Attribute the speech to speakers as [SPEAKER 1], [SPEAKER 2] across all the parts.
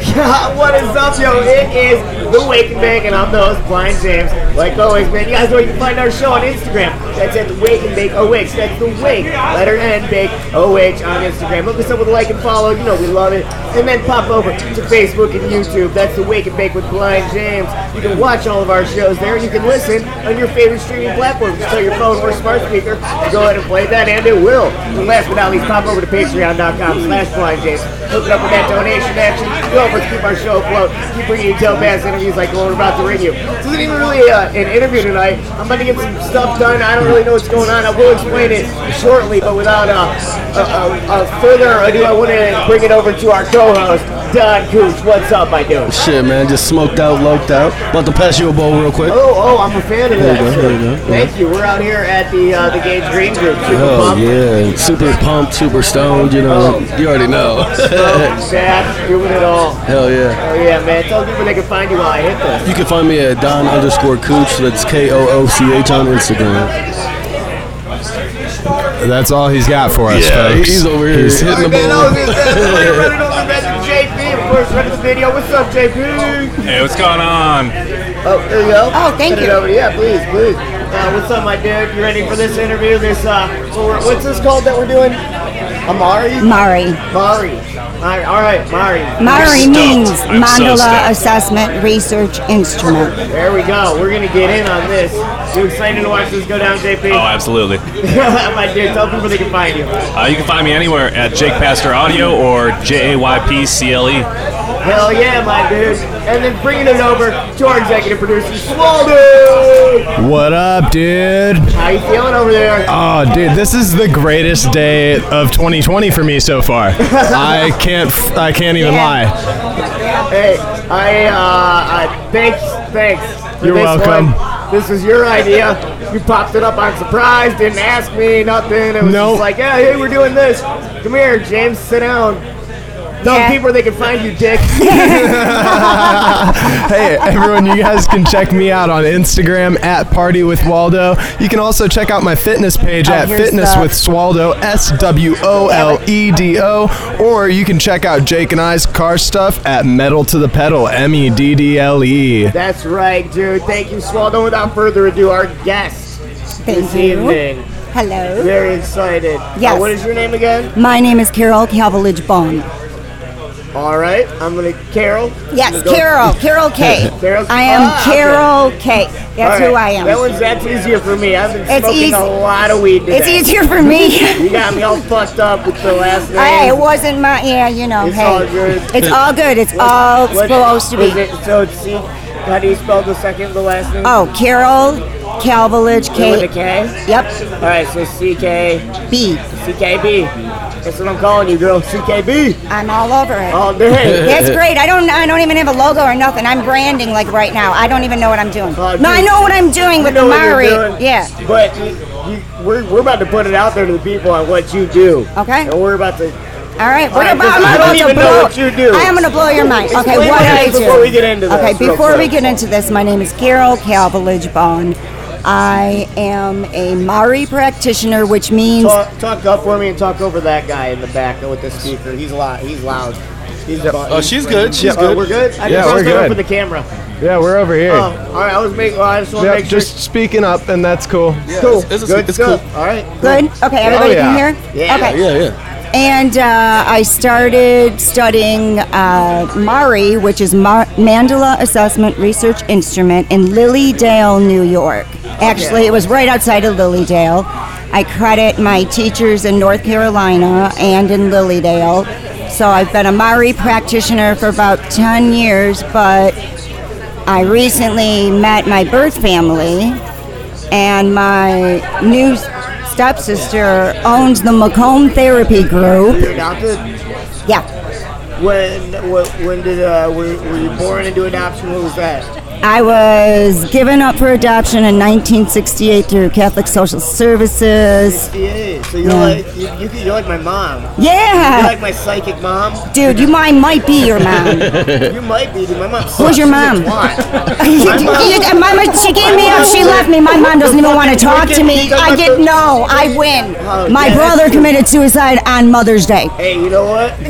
[SPEAKER 1] Yeah, what is up, yo? It is The Wake and Bake, and I'm the host, Blind James. Like always, man, you guys know you can find our show on Instagram. That's at The Wake and Bake OH. That's The Wake, letter N, Bake OH on Instagram. Look us up with a like and follow. You know we love it. And then pop over to Facebook and YouTube. That's The Wake and Bake with Blind James. You can watch all of our shows there. You can listen on your favorite streaming platform. Just tell your phone or smart speaker to go ahead and play that, and it will. And last but not least, pop over to patreon.com slash blind james. Hook it up with that donation action. Go over to keep our show afloat. Keep bringing you dope ass interviews like the one we're about to ring you. This isn't even really uh, an interview tonight. I'm about to get some stuff done. I don't really know what's going on. I will explain it shortly, but without uh, uh, uh, uh, further ado, I want to bring it over to our co-host, Don Cooch. What's up, my dude?
[SPEAKER 2] Shit, man, just smoked out, loped out. About to pass you a bowl real quick.
[SPEAKER 1] Oh, oh, I'm a fan of that.
[SPEAKER 2] you go, there you go, yeah.
[SPEAKER 1] Thank you. We're out here at the uh, the Gage Green Group. Super
[SPEAKER 2] Oh
[SPEAKER 1] pumped.
[SPEAKER 2] yeah, super pumped, super stoned. You know, you already know.
[SPEAKER 1] Smoked, sad, doing it all.
[SPEAKER 2] Hell yeah.
[SPEAKER 1] Oh yeah, man. Tell people they can find you while I hit this.
[SPEAKER 2] You can find me at Don underscore Cooch. That's K O O C H on Instagram.
[SPEAKER 3] That's all he's got for us,
[SPEAKER 2] Yeah,
[SPEAKER 3] folks.
[SPEAKER 2] he's over here
[SPEAKER 3] He's-
[SPEAKER 2] hitting the bowl.
[SPEAKER 1] running over Magic JP, of course, running the video. What's up, JP?
[SPEAKER 4] Hey, what's going on?
[SPEAKER 1] Oh, there you go.
[SPEAKER 5] Oh, thank
[SPEAKER 1] Turn it
[SPEAKER 5] you.
[SPEAKER 1] over. Yeah, please, please. Uh, what's up, my dude? You ready for this interview? This uh, what we're- what's this called that we're doing? Amari.
[SPEAKER 5] Mari.
[SPEAKER 1] Mari. Mari. All right, Mari.
[SPEAKER 5] Mari
[SPEAKER 4] I'm
[SPEAKER 5] means
[SPEAKER 4] stoked. I'm so
[SPEAKER 5] Mandala
[SPEAKER 4] stoked.
[SPEAKER 5] Assessment Research Instrument.
[SPEAKER 1] There we go. We're gonna get in on this. You excited to watch this go down, JP?
[SPEAKER 4] Oh, absolutely.
[SPEAKER 1] my dude, tell people they can find you.
[SPEAKER 4] Uh, you can find me anywhere at Jake Pastor Audio or J A Y P C L E.
[SPEAKER 1] Hell yeah, my dude. And then bringing it over to our executive producer, Swaldo.
[SPEAKER 3] What up, dude?
[SPEAKER 1] How you feeling over there?
[SPEAKER 3] Oh, dude, this is the greatest day of 2020 for me so far. I can't, f- I can't even
[SPEAKER 5] Yeah.
[SPEAKER 3] lie.
[SPEAKER 1] Hey, I, uh, I thanks, thanks. for
[SPEAKER 3] You're
[SPEAKER 1] this
[SPEAKER 3] welcome.
[SPEAKER 1] one. This was your idea. You popped it up on surprise, didn't ask me, nothing. It was
[SPEAKER 3] Nope.
[SPEAKER 1] just like, yeah, hey, we're doing this. Come here, James, sit down. Tell
[SPEAKER 5] Yeah.
[SPEAKER 1] people they can find you, Dick.
[SPEAKER 3] Hey, everyone, you guys can check me out on Instagram at Party with Waldo. You can also check out my fitness page
[SPEAKER 5] Oh,
[SPEAKER 3] at
[SPEAKER 5] here's
[SPEAKER 3] Fitness
[SPEAKER 5] the-
[SPEAKER 3] with Swaldo S W O L E D O, or you can check out Jake and I's car stuff at Metal to the Pedal M E D D L E.
[SPEAKER 1] That's right, dude. Thank you, Swaldo. Without further ado, our guest this
[SPEAKER 5] Thank you.
[SPEAKER 1] evening.
[SPEAKER 5] Hello.
[SPEAKER 1] Very excited.
[SPEAKER 5] Yes.
[SPEAKER 1] Uh, what is your name again?
[SPEAKER 5] My name is Carol Cavillage Bone.
[SPEAKER 1] All right. I'm gonna Carol.
[SPEAKER 5] Yes,
[SPEAKER 1] Go-
[SPEAKER 5] Carol. Carol K.
[SPEAKER 1] Carol-
[SPEAKER 5] I am
[SPEAKER 1] Ah, okay.
[SPEAKER 5] Carol K. That's
[SPEAKER 1] All
[SPEAKER 5] who
[SPEAKER 1] right.
[SPEAKER 5] I
[SPEAKER 1] That
[SPEAKER 5] am.
[SPEAKER 1] one's that's easier for me. I've been
[SPEAKER 5] It's
[SPEAKER 1] smoking
[SPEAKER 5] easy.
[SPEAKER 1] a lot of weed today.
[SPEAKER 5] It's easier for me.
[SPEAKER 1] You got me all fucked up with the last name.
[SPEAKER 5] Hey, it wasn't my. Yeah, you know.
[SPEAKER 1] It's
[SPEAKER 5] hey,
[SPEAKER 1] all good.
[SPEAKER 5] it's all good. It's all
[SPEAKER 1] What-
[SPEAKER 5] supposed to
[SPEAKER 1] was
[SPEAKER 5] be.
[SPEAKER 1] It, so it's C. How do you spell the second, the last name?
[SPEAKER 5] Oh, Carol Calvillage
[SPEAKER 1] With a
[SPEAKER 5] K.
[SPEAKER 1] K.
[SPEAKER 5] Yep.
[SPEAKER 1] All right. So C K
[SPEAKER 5] B.
[SPEAKER 1] C K B. That's what I'm calling you, girl. C K B.
[SPEAKER 5] I'm all over it.
[SPEAKER 1] All day.
[SPEAKER 5] That's great. I don't. I don't even have a logo or nothing. I'm branding like right now. I don't even know what I'm doing.
[SPEAKER 1] Oh,
[SPEAKER 5] no, I
[SPEAKER 1] dude.
[SPEAKER 5] know what I'm doing
[SPEAKER 1] You
[SPEAKER 5] with
[SPEAKER 1] know what you're
[SPEAKER 5] Mari.
[SPEAKER 1] doing.
[SPEAKER 5] Yeah.
[SPEAKER 1] But you, you, we're, we're about to put it out there to the people on what you do.
[SPEAKER 5] Okay.
[SPEAKER 1] And we're about to.
[SPEAKER 5] All right. What
[SPEAKER 1] All right,
[SPEAKER 5] about?
[SPEAKER 1] because
[SPEAKER 5] I'm
[SPEAKER 1] I don't
[SPEAKER 5] about to
[SPEAKER 1] even know
[SPEAKER 5] blow.
[SPEAKER 1] what you do.
[SPEAKER 5] I am going to blow your mind. Okay.
[SPEAKER 1] Explain
[SPEAKER 5] What
[SPEAKER 1] what it
[SPEAKER 5] I
[SPEAKER 1] is
[SPEAKER 5] do
[SPEAKER 1] before we get into this
[SPEAKER 5] Okay.
[SPEAKER 1] real
[SPEAKER 5] Before we
[SPEAKER 1] quick.
[SPEAKER 5] get into this, my name is Carol Calvillage Bond. I am a Mari practitioner, which means
[SPEAKER 1] Talk, talk up for me and talk over that guy in the back with the speaker. He's loud. He's loud. He's
[SPEAKER 2] Oh, she's good. She's
[SPEAKER 1] oh,
[SPEAKER 2] good.
[SPEAKER 1] We're good. I
[SPEAKER 3] Yeah,
[SPEAKER 1] just
[SPEAKER 3] we're
[SPEAKER 1] wanted to
[SPEAKER 3] good.
[SPEAKER 1] open the camera.
[SPEAKER 3] Yeah, we're over here.
[SPEAKER 1] Um, all right, I was making. Well, I just want to
[SPEAKER 3] Yep,
[SPEAKER 1] make sure.
[SPEAKER 3] just speaking up, and that's cool.
[SPEAKER 1] cool.
[SPEAKER 2] it's- it's-
[SPEAKER 1] good
[SPEAKER 2] it's
[SPEAKER 1] stuff. All right.
[SPEAKER 5] good. Okay. Everybody
[SPEAKER 3] yeah.
[SPEAKER 5] can hear.
[SPEAKER 1] Yeah.
[SPEAKER 5] Okay.
[SPEAKER 2] Yeah, yeah.
[SPEAKER 5] And uh, I started studying uh, MARI, which is Mar- Mandala Assessment Research Instrument, in Lilydale, New York. Actually, it was right outside of Lilydale. I credit my teachers in North Carolina and in Lilydale. So I've been a MARI practitioner for about 10 years, but I recently met my birth family, and my new stepsister owns the Macomb Therapy Group.
[SPEAKER 1] You're adopted.
[SPEAKER 5] Yeah,
[SPEAKER 1] When when, when did uh, were, were you born into adoption? What was that?
[SPEAKER 5] I was given up for adoption in 1968 through Catholic Social Services.
[SPEAKER 1] Yeah, so you're
[SPEAKER 5] Yeah.
[SPEAKER 1] like you, you, could- you're like my mom. You're
[SPEAKER 5] Yeah,
[SPEAKER 1] like my psychic mom.
[SPEAKER 5] dude, you might might be your mom.
[SPEAKER 1] You might be, dude. My mom.
[SPEAKER 5] Who's your mom? my mom, she gave me up. She left me. My mom doesn't even want to talk to me. I didn't know. I win. My brother committed suicide on Mother's Day.
[SPEAKER 1] Hey, you know what?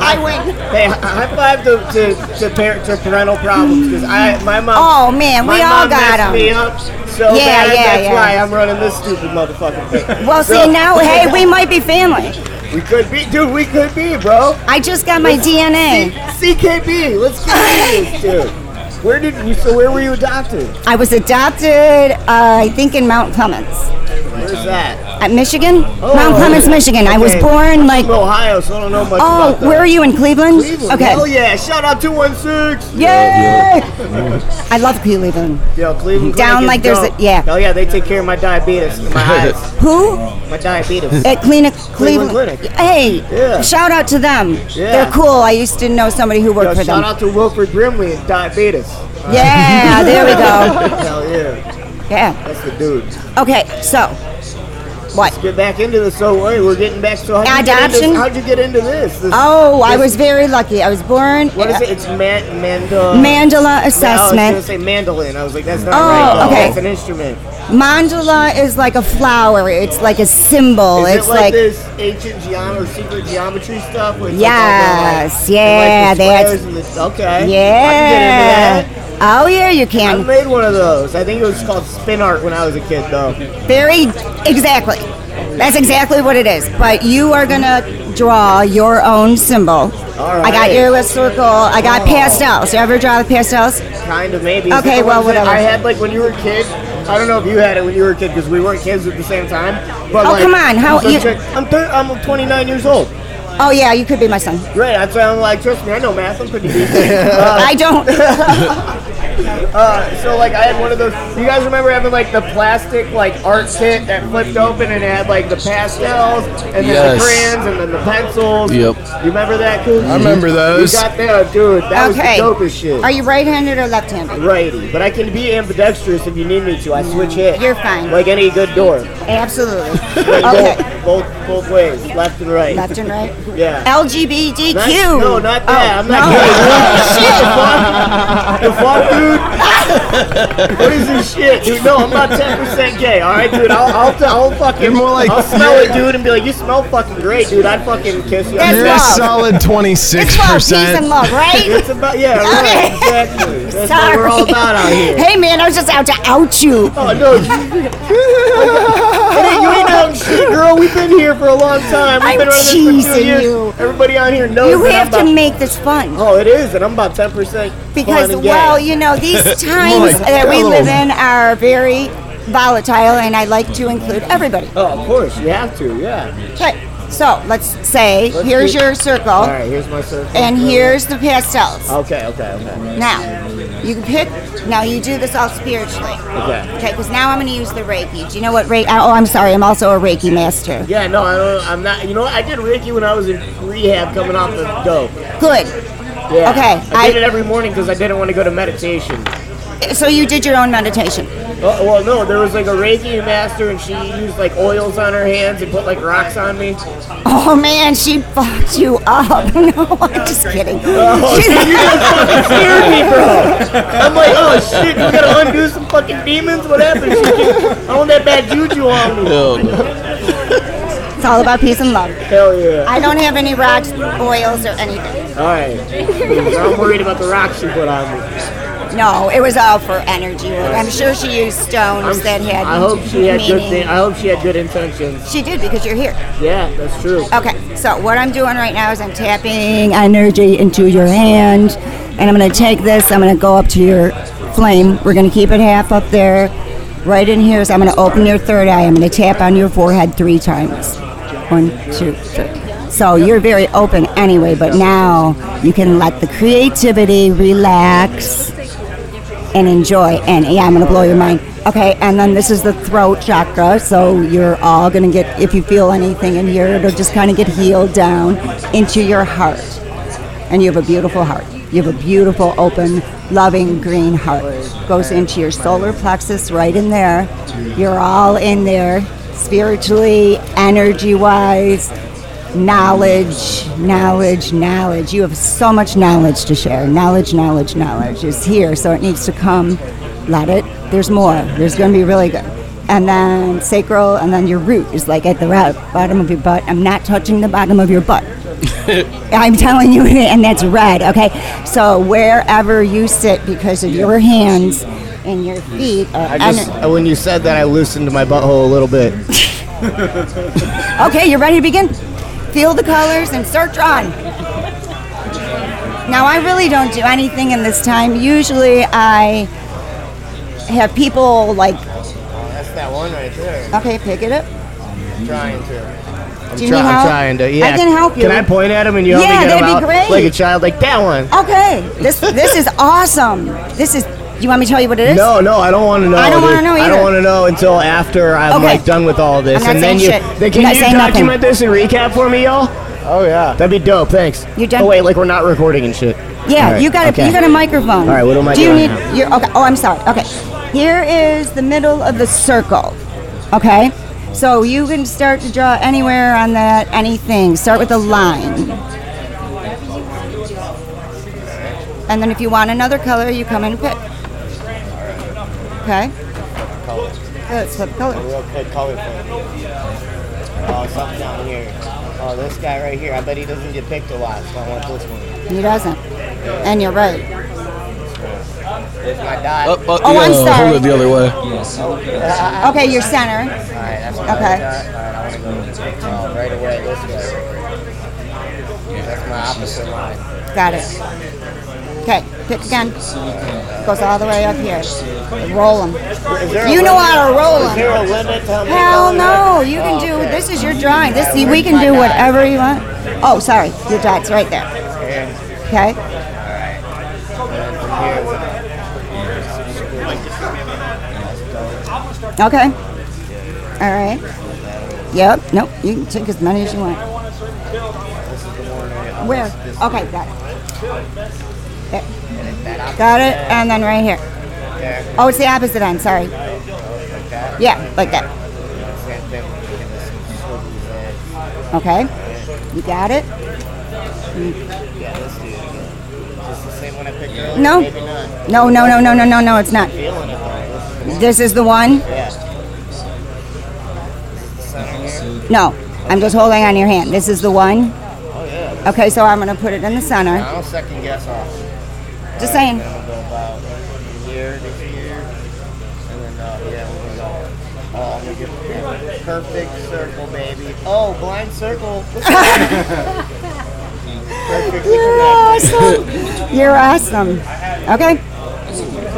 [SPEAKER 5] I win.
[SPEAKER 1] Hey, h- high five to to, to, parent, to parental problems because I my mom.
[SPEAKER 5] Oh man,
[SPEAKER 1] my
[SPEAKER 5] we all
[SPEAKER 1] mom
[SPEAKER 5] got
[SPEAKER 1] messed me
[SPEAKER 5] them.
[SPEAKER 1] up so
[SPEAKER 5] Yeah,
[SPEAKER 1] bad.
[SPEAKER 5] yeah,
[SPEAKER 1] that's
[SPEAKER 5] yeah.
[SPEAKER 1] why I'm running this stupid motherfucking thing.
[SPEAKER 5] Well,
[SPEAKER 1] So-
[SPEAKER 5] see now, hey, we might be family.
[SPEAKER 1] we could be, dude. We could be, bro.
[SPEAKER 5] I just got my DNA.
[SPEAKER 1] CKB. Let's get into this, dude. Where did we, so? Where were you adopted?
[SPEAKER 5] I was adopted, uh, I think, in Mount Clemens,
[SPEAKER 1] Where's that?
[SPEAKER 5] at Michigan.
[SPEAKER 1] Oh.
[SPEAKER 5] Mount Clemens, Michigan. I was
[SPEAKER 1] Okay.
[SPEAKER 5] born like.
[SPEAKER 1] I'm from Ohio, so I don't know much
[SPEAKER 5] Oh,
[SPEAKER 1] about that.
[SPEAKER 5] where are you in Cleveland?
[SPEAKER 1] Cleveland.
[SPEAKER 5] Okay.
[SPEAKER 1] Hell yeah! Shout out 216.
[SPEAKER 5] Yay! I love Cleveland.
[SPEAKER 1] Yo, Cleveland.
[SPEAKER 5] Down
[SPEAKER 1] Clinic is
[SPEAKER 5] like there's a-
[SPEAKER 1] dope.
[SPEAKER 5] yeah.
[SPEAKER 1] Oh yeah, they take care of my diabetes. My eyes.
[SPEAKER 5] Who?
[SPEAKER 1] My diabetes.
[SPEAKER 5] At Clinic,
[SPEAKER 1] Cleveland
[SPEAKER 5] Cleveland.
[SPEAKER 1] Clinic.
[SPEAKER 5] Hey,
[SPEAKER 1] Yeah.
[SPEAKER 5] shout out to them.
[SPEAKER 1] Yeah.
[SPEAKER 5] They're cool. I used to know somebody who worked
[SPEAKER 1] Yo,
[SPEAKER 5] for
[SPEAKER 1] shout
[SPEAKER 5] them.
[SPEAKER 1] out to Wilfred Brimley and diabetes.
[SPEAKER 5] Yeah, there we go.
[SPEAKER 1] Hell yeah,
[SPEAKER 5] Yeah.
[SPEAKER 1] that's the dude.
[SPEAKER 5] Okay, so what?
[SPEAKER 1] Get back into this. So wait, we're getting back. So how'd You get
[SPEAKER 5] Adoption?
[SPEAKER 1] into, how'd you get into this? This-
[SPEAKER 5] Oh, I was very lucky. I was born.
[SPEAKER 1] What is it? It's man, manda,
[SPEAKER 5] Mandala
[SPEAKER 1] I was
[SPEAKER 5] assessment.
[SPEAKER 1] gonna say mandolin. I was like, that's not
[SPEAKER 5] Oh,
[SPEAKER 1] right.
[SPEAKER 5] okay.
[SPEAKER 1] That's an instrument.
[SPEAKER 5] Mandala is like a flower. It's like a symbol.
[SPEAKER 1] Is
[SPEAKER 5] it's
[SPEAKER 1] it like, this ancient geometry, secret geometry stuff? Where it's
[SPEAKER 5] Yes,
[SPEAKER 1] Like all the, like, the
[SPEAKER 5] yeah,
[SPEAKER 1] squares
[SPEAKER 5] that's-
[SPEAKER 1] and the- okay. I
[SPEAKER 5] yeah.
[SPEAKER 1] can get into that.
[SPEAKER 5] Oh yeah, you
[SPEAKER 1] I
[SPEAKER 5] can.
[SPEAKER 1] made one of those. I think it was called spin art when I was a kid, though.
[SPEAKER 5] Very exactly. That's exactly what it is. But you are gonna draw your own symbol.
[SPEAKER 1] All
[SPEAKER 5] I got
[SPEAKER 1] right. Oh.
[SPEAKER 5] your little circle. I got pastels. You ever draw the pastels?
[SPEAKER 1] Kind of, maybe. Is
[SPEAKER 5] Okay,
[SPEAKER 1] that the
[SPEAKER 5] well,
[SPEAKER 1] ones that
[SPEAKER 5] whatever.
[SPEAKER 1] I had like when you were a kid. I don't know if you had it when you were a kid because we weren't kids at the same time. But
[SPEAKER 5] Oh,
[SPEAKER 1] like,
[SPEAKER 5] come on, how-
[SPEAKER 1] I'm, so
[SPEAKER 5] you-
[SPEAKER 1] trick- I'm, thir- I'm 29 years old.
[SPEAKER 5] Oh yeah, you could be my son.
[SPEAKER 1] Right, that's why I'm like, trust me, I know math. I'm pretty decent. uh,
[SPEAKER 5] I don't.
[SPEAKER 1] uh, so like, I had one of those. You guys remember having like the plastic like art kit that flipped open and it had like the pastels and then
[SPEAKER 2] Yes.
[SPEAKER 1] the crayons and then the pencils.
[SPEAKER 2] Yep.
[SPEAKER 1] You remember that? Cool. I
[SPEAKER 3] remember those.
[SPEAKER 1] You got that, dude. That
[SPEAKER 5] Okay.
[SPEAKER 1] was the dopest shit.
[SPEAKER 5] Are you right-handed or left-handed?
[SPEAKER 1] righty, but I can be ambidextrous if you need me to. I switch hit.
[SPEAKER 5] You're fine.
[SPEAKER 1] Like any good door.
[SPEAKER 5] Absolutely.
[SPEAKER 1] Like
[SPEAKER 5] Okay.
[SPEAKER 1] both, both both ways, left and right.
[SPEAKER 5] Left and right. Oh,
[SPEAKER 1] Yeah.
[SPEAKER 5] LGBTQ.
[SPEAKER 1] Not- no, not that. I'm not gay. the fuck, dude? What is this shit, dude? No, I'm not 10% gay. All right, dude. I'll, I'll, t- I'll fucking.
[SPEAKER 3] You're more like-
[SPEAKER 1] I'll smell it, dude, and be like, you smell fucking great, dude. I'd fucking kiss you.
[SPEAKER 5] That's
[SPEAKER 3] You're a
[SPEAKER 5] love.
[SPEAKER 3] solid
[SPEAKER 5] It's love, peace, and
[SPEAKER 3] 26%.
[SPEAKER 5] love, right?
[SPEAKER 1] It's about yeah, right,
[SPEAKER 5] Okay.
[SPEAKER 1] exactly. That's
[SPEAKER 5] Sorry.
[SPEAKER 1] what we're all about out here.
[SPEAKER 5] Hey, man, I was just out to out you.
[SPEAKER 1] Oh no! you- hey, you ain't out shit, girl. We've been here for a long time. We've
[SPEAKER 5] I'm
[SPEAKER 1] been around this for two
[SPEAKER 5] teasing
[SPEAKER 1] years.
[SPEAKER 5] you.
[SPEAKER 1] Everybody on here knows.
[SPEAKER 5] You
[SPEAKER 1] that
[SPEAKER 5] have
[SPEAKER 1] I'm
[SPEAKER 5] to
[SPEAKER 1] about-
[SPEAKER 5] make this fun.
[SPEAKER 1] Oh, it is, and I'm about ten percent.
[SPEAKER 5] Because, well, you know, these times that we live in are very volatile, and I like to include everybody.
[SPEAKER 1] Oh, of course, you have to. Yeah.
[SPEAKER 5] Okay, so let's say
[SPEAKER 1] Let's
[SPEAKER 5] here's
[SPEAKER 1] do-
[SPEAKER 5] your circle,
[SPEAKER 1] All right. Uh, Here's my circle.
[SPEAKER 5] Oh. and here's the pastels.
[SPEAKER 1] Okay. Okay. Okay.
[SPEAKER 5] Now, you can pick. Now, you do this all spiritually.
[SPEAKER 1] Okay.
[SPEAKER 5] Okay, because now I'm going to use the Reiki. Do you know what Reiki? Oh, I'm sorry. I'm also a Reiki master.
[SPEAKER 1] Yeah. No, I don't, I'm not. You know, what? I did Reiki when I was in rehab, coming off the dope.
[SPEAKER 5] Good.
[SPEAKER 1] Yeah.
[SPEAKER 5] Okay,
[SPEAKER 1] I did
[SPEAKER 5] I-
[SPEAKER 1] it every morning because I didn't want to go to meditation.
[SPEAKER 5] So you did your own meditation.
[SPEAKER 1] Oh, well, no, there was like a Reiki master, and she used like oils on her hands and put like rocks on me.
[SPEAKER 5] Oh man, she fucked you up. No, I'm just kidding.
[SPEAKER 1] Oh. scared me, bro. I'm like, oh shit, we gotta undo some fucking demons. What happened? She I want that bad juju on me.
[SPEAKER 2] Hell no. Uh,
[SPEAKER 5] it's all about peace and love.
[SPEAKER 1] Hell yeah.
[SPEAKER 5] I don't have any rocks, oils, or anything.
[SPEAKER 1] All right. I'm worried about the rocks she put on me.
[SPEAKER 5] No, it was all for energy work. I'm sure she used stones that had.
[SPEAKER 1] I hope she had good.
[SPEAKER 5] meaning.
[SPEAKER 1] Thi- I hope she had good intentions.
[SPEAKER 5] She did because you're here.
[SPEAKER 1] Yeah, that's true.
[SPEAKER 5] Okay, so what I'm doing right now is I'm tapping energy into your hand, and I'm going to take this, I'm going to go up to your flame. We're going to keep it half up there, right in here. So I'm going to open your third eye. I'm going to tap on your forehead three times. One, two, three. So you're very open anyway, but now you can let the creativity relax and enjoy. And yeah, I'm gonna blow your mind. Okay, and then this is the throat chakra. So you're all gonna get, if you feel anything in here, it'll just kind of get healed down into your heart. and you have a beautiful heart. You have a beautiful, open, loving, green heart. Goes into your solar plexus right in there. You're all in there, spiritually, energy wise, knowledge, knowledge, knowledge. You have so much knowledge to share. Knowledge, knowledge, knowledge is here, so it needs to come. Let it. There's more. There's going to be really good. And then sacral, and then your root is like at the root, bottom of your butt. I'm not touching the bottom of your butt. I'm telling you, and that's red, okay? So wherever you sit because of your hands and your feet, uh,
[SPEAKER 6] I just
[SPEAKER 5] and-
[SPEAKER 6] uh, when you said that, I loosened my butthole a little bit.
[SPEAKER 5] Okay, you ready to begin? Feel the colors and search on. Now, I really don't do anything in this time. Usually, I have people like,
[SPEAKER 6] That's that one right there.
[SPEAKER 5] okay, pick it up.
[SPEAKER 6] I'm trying to.
[SPEAKER 5] Do you
[SPEAKER 6] Try-
[SPEAKER 5] need help?
[SPEAKER 6] I'm trying to. Yeah.
[SPEAKER 5] I can help you.
[SPEAKER 6] Can I point at him and yell?
[SPEAKER 5] Yeah,
[SPEAKER 6] at
[SPEAKER 5] that'd be great.
[SPEAKER 6] Like a child, like that one.
[SPEAKER 5] Okay, this this is awesome. This is. You want me to tell you what it is?
[SPEAKER 3] Oh,
[SPEAKER 6] No, no, I don't want to know.
[SPEAKER 5] I don't
[SPEAKER 6] dude.
[SPEAKER 5] wanna know
[SPEAKER 6] I
[SPEAKER 5] either.
[SPEAKER 6] don't want to know until after I'm
[SPEAKER 5] Okay.
[SPEAKER 6] like done with all this,
[SPEAKER 5] I'm not
[SPEAKER 6] and then
[SPEAKER 5] saying
[SPEAKER 6] you.
[SPEAKER 5] shit.
[SPEAKER 6] Then
[SPEAKER 5] I'm
[SPEAKER 6] can
[SPEAKER 5] not
[SPEAKER 6] you
[SPEAKER 5] saying nothing.
[SPEAKER 6] document this and recap for me, y'all? Oh yeah. That'd be dope. Thanks.
[SPEAKER 5] You done?
[SPEAKER 6] Oh wait, like we're not recording and shit.
[SPEAKER 5] Yeah,
[SPEAKER 6] All right,
[SPEAKER 5] you got a
[SPEAKER 6] okay.
[SPEAKER 5] you got a microphone.
[SPEAKER 6] All right, what am I
[SPEAKER 5] Do you
[SPEAKER 6] doing
[SPEAKER 5] need?
[SPEAKER 6] now?
[SPEAKER 5] You're, okay. Oh, I'm sorry. Okay, here is the middle of the circle. Okay, so you can start to draw anywhere on that anything. Start with a line, and then if you want another color, you come and pick. Okay. Good, flip color.
[SPEAKER 6] Real quick color thing. Oh, something down here. Oh, this guy right here. I bet he doesn't get picked a lot, so I want this one.
[SPEAKER 5] He doesn't, and you're right.
[SPEAKER 6] There's my dot.
[SPEAKER 2] Up, up,
[SPEAKER 5] Oh,
[SPEAKER 2] yeah,
[SPEAKER 5] I'm sorry.
[SPEAKER 2] Hold it the other way.
[SPEAKER 5] Okay, your center.
[SPEAKER 6] Alright, that's my
[SPEAKER 5] Okay.
[SPEAKER 6] dot. Alright, I want to go oh, right away this way. That's my opposite line.
[SPEAKER 5] Got it. Okay, pick again. Goes all the way up here. Roll them. You know how to roll
[SPEAKER 6] Is
[SPEAKER 5] them.
[SPEAKER 6] there a limit to how many
[SPEAKER 5] Hell
[SPEAKER 6] colors
[SPEAKER 5] no,
[SPEAKER 6] I-
[SPEAKER 5] you can do,
[SPEAKER 6] okay.
[SPEAKER 5] this is your drawing. This, see, we can do whatever you want. Oh, sorry, your dot's right there. Okay? Okay. All right. Yep, nope, you can take as many as you want. Where? Okay, got it. There. Got it, and then right here. Oh, it's the opposite end, sorry. Yeah, Oh, like that. Okay, you got it? No. No, no, no, no, no, no, no, it's not. This is the one? No, I'm just holding on your hand. This is the one? Okay, so I'm gonna put it in the center.
[SPEAKER 6] I don't second guess off.
[SPEAKER 5] Just saying.
[SPEAKER 6] Then we'll go about here to here, and then uh, yeah, we'll go. Oh, I'm gonna get a perfect circle, baby. Oh, blind circle. Perfectly
[SPEAKER 5] You're
[SPEAKER 6] connected.
[SPEAKER 5] awesome. You're awesome. Okay.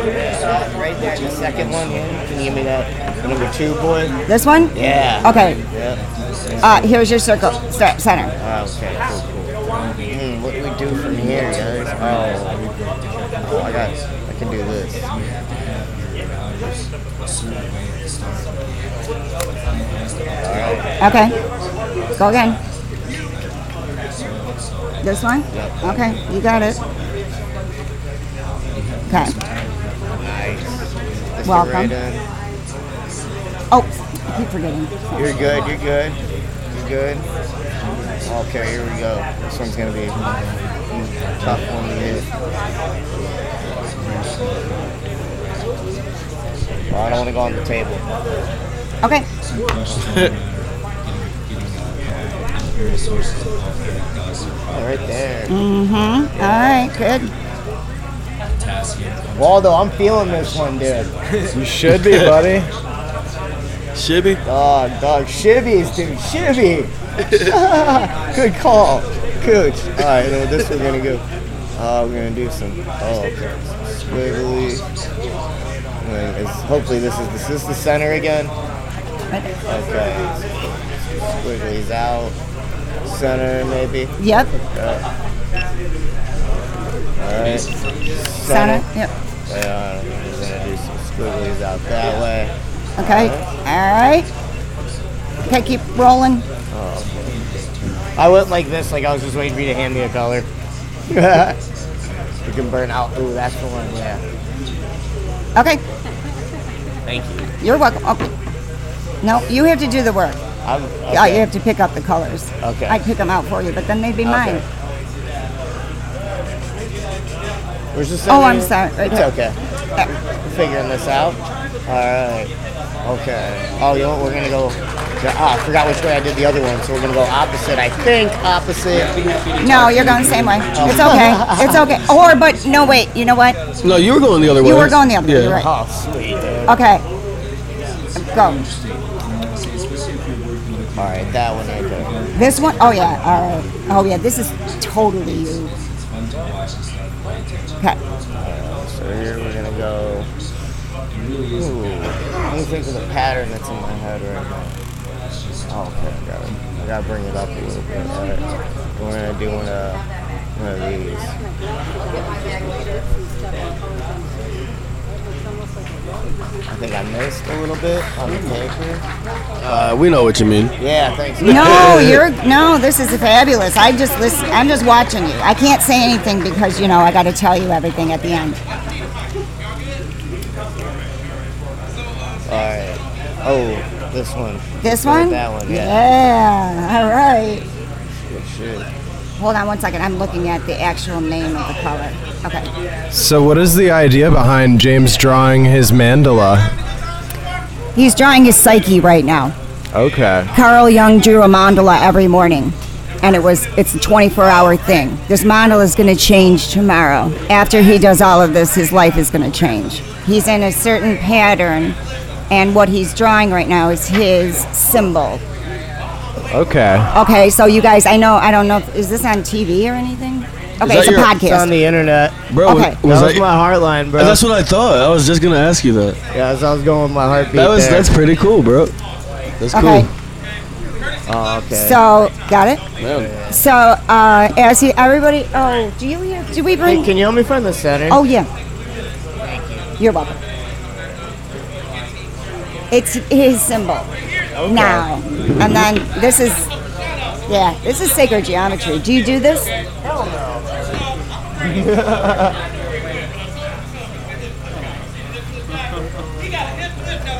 [SPEAKER 6] Right there, the second one. Can you give me that number two, boy?
[SPEAKER 5] This one?
[SPEAKER 6] Yeah.
[SPEAKER 5] Okay.
[SPEAKER 6] Yep.
[SPEAKER 5] Uh, here's your circle. Cer- Center.
[SPEAKER 6] Oh, okay. Cool, cool. Hmm, what do we do from here, guys? Oh, oh, I got. I can do this.
[SPEAKER 5] Okay. Go again. This one? Okay. You got it. Okay.
[SPEAKER 6] This is
[SPEAKER 5] Welcome.
[SPEAKER 6] right in.
[SPEAKER 5] Oh, I keep forgetting.
[SPEAKER 6] You're good, you're good. You're good. Okay, here we go. This one's gonna be a tough one to hit. Well, I don't wanna go on the table.
[SPEAKER 5] Okay.
[SPEAKER 6] Oh, right there.
[SPEAKER 5] Mm-hmm. All right. Good.
[SPEAKER 6] Waldo, I'm feeling this one, dude.
[SPEAKER 3] You should be, buddy.
[SPEAKER 2] Shibby.
[SPEAKER 6] Dog, dog. Shivvies, dude. Shivvy. good call. Coach. Alright, well, this we're gonna go. Uh, we're gonna do some. Oh, okay. Squiggly. Wait, is- Hopefully, this is, is this the center again? Okay. Squiggly's out. Center, maybe.
[SPEAKER 5] Yep.
[SPEAKER 6] Alright.
[SPEAKER 5] Center. Yep.
[SPEAKER 6] Yeah, we're gonna do some squigglies out that way.
[SPEAKER 5] Okay. All right. Okay. Keep rolling.
[SPEAKER 6] I went like this, like I was just waiting for you to hand me a color. you can burn out. Ooh, that's the one. Yeah.
[SPEAKER 5] Okay. Thank you. You're welcome. Oh. No, you have to do the work.
[SPEAKER 6] I'm,
[SPEAKER 5] Yeah,
[SPEAKER 6] okay.
[SPEAKER 5] you have to pick up the colors.
[SPEAKER 6] Okay.
[SPEAKER 5] I pick them out for you, but then they'd be mine.
[SPEAKER 6] Where's the
[SPEAKER 5] Oh,
[SPEAKER 6] center?
[SPEAKER 5] I'm sorry. Right
[SPEAKER 6] It's
[SPEAKER 5] there.
[SPEAKER 6] okay.
[SPEAKER 5] There.
[SPEAKER 6] Figuring this out. All right. Okay. Oh, you know what? We're gonna go. Ah, I forgot which way I did the other one, so we're gonna go opposite. I think opposite.
[SPEAKER 5] No, you're going the same way. It's okay. It's okay. Or, but no, wait. You know what?
[SPEAKER 2] No, you were going the other way.
[SPEAKER 5] You were going the other way. You're right.
[SPEAKER 6] Oh, sweet. dude.
[SPEAKER 5] Okay. Go.
[SPEAKER 6] All right, that one right there.
[SPEAKER 5] This one? Oh, yeah. All right. Oh, yeah. This is totally you. Okay.
[SPEAKER 6] So here we're gonna go. Ooh, let me think of the pattern that's in my head right now. Oh, okay, I got it. I gotta bring it up a little bit. All right. We're gonna do one of, one of these. I think I missed a little bit on the paper.
[SPEAKER 2] Uh, we know what you mean.
[SPEAKER 6] Yeah, thanks.
[SPEAKER 5] No, you're no. This is fabulous. I just listen. I'm just watching you. I can't say anything because you know I got to tell you everything at the end.
[SPEAKER 6] All right. Oh, this one.
[SPEAKER 5] This
[SPEAKER 6] Go with
[SPEAKER 5] one.
[SPEAKER 6] That one. Yeah.
[SPEAKER 5] Yeah. All right.
[SPEAKER 6] Good shit.
[SPEAKER 5] Hold on one second. I'm looking at the actual name of the color. Okay.
[SPEAKER 3] So, what is the idea behind James drawing his mandala?
[SPEAKER 5] He's drawing his psyche right now.
[SPEAKER 3] Okay.
[SPEAKER 5] Carl Jung drew a mandala every morning, and it was it's a 24-hour thing. This mandala is going to change tomorrow. After he does all of this, his life is going to change. He's in a certain pattern, and what he's drawing right now is his symbol.
[SPEAKER 3] Okay.
[SPEAKER 5] Okay, so you guys, I know I don't know if, is this on TV or anything? Okay, it's a
[SPEAKER 2] your-
[SPEAKER 6] It's on
[SPEAKER 5] podcast.
[SPEAKER 6] the internet.
[SPEAKER 2] Bro,
[SPEAKER 5] Okay.
[SPEAKER 2] was
[SPEAKER 6] that was
[SPEAKER 2] that-
[SPEAKER 6] my heartline, bro.
[SPEAKER 2] That's what I thought. I was just gonna ask you that.
[SPEAKER 6] Yeah, that's how I was going with my heartbeat.
[SPEAKER 2] That was
[SPEAKER 6] there.
[SPEAKER 2] that's pretty cool, bro. That's
[SPEAKER 5] Okay.
[SPEAKER 2] cool.
[SPEAKER 6] Oh, okay.
[SPEAKER 5] So, got it?
[SPEAKER 2] Man.
[SPEAKER 5] So, uh, as he, everybody, oh, do you hear? Do we bring?
[SPEAKER 6] hey, can you help me find the center?
[SPEAKER 5] Oh yeah. You're welcome. It's his symbol now, and then this is yeah, this is sacred geometry. Do you do this?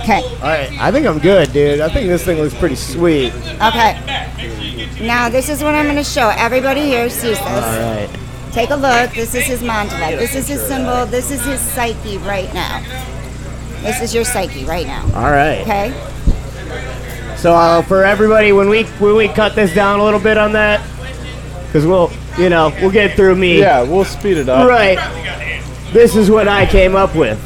[SPEAKER 5] Okay.
[SPEAKER 6] All right, I think I'm good, dude. I think this thing looks pretty sweet.
[SPEAKER 5] Okay. Now this is what I'm going to show. Everybody here sees this.
[SPEAKER 6] right.
[SPEAKER 5] Take a look. This is his mandala. This is his symbol. This is his psyche right now. This is your psyche right now.
[SPEAKER 6] All right.
[SPEAKER 5] Okay.
[SPEAKER 6] So uh, for everybody, when we when we cut this down a little bit on that, because we'll you know we'll get through me.
[SPEAKER 3] we'll speed it up.
[SPEAKER 6] Right. This is what I came up with.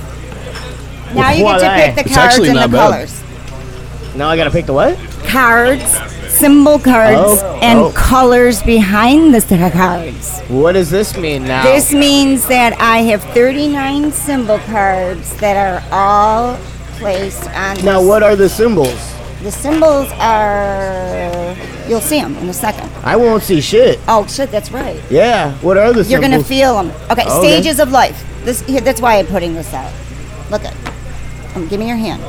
[SPEAKER 5] Now you get
[SPEAKER 6] Voila.
[SPEAKER 5] to pick the
[SPEAKER 2] It's
[SPEAKER 5] cards
[SPEAKER 2] actually
[SPEAKER 5] and the
[SPEAKER 2] not bad.
[SPEAKER 5] colors.
[SPEAKER 6] Now I gotta pick the what?
[SPEAKER 5] Cards, symbol cards,
[SPEAKER 6] Oh.
[SPEAKER 5] and
[SPEAKER 6] Oh.
[SPEAKER 5] colors behind the s- cards.
[SPEAKER 6] What does this mean now?
[SPEAKER 5] This means that I have 39 symbol cards that are all placed on.
[SPEAKER 6] now
[SPEAKER 5] this-
[SPEAKER 6] what are the symbols?
[SPEAKER 5] The symbols are. You'll see them in a second.
[SPEAKER 6] I won't see shit.
[SPEAKER 5] Oh shit, that's right.
[SPEAKER 6] Yeah. What are the symbols? Oh,
[SPEAKER 5] You're gonna feel them. Okay,
[SPEAKER 6] Okay.
[SPEAKER 5] stages of life. This here, that's why I'm putting this out. Look at. Um, give me your hand.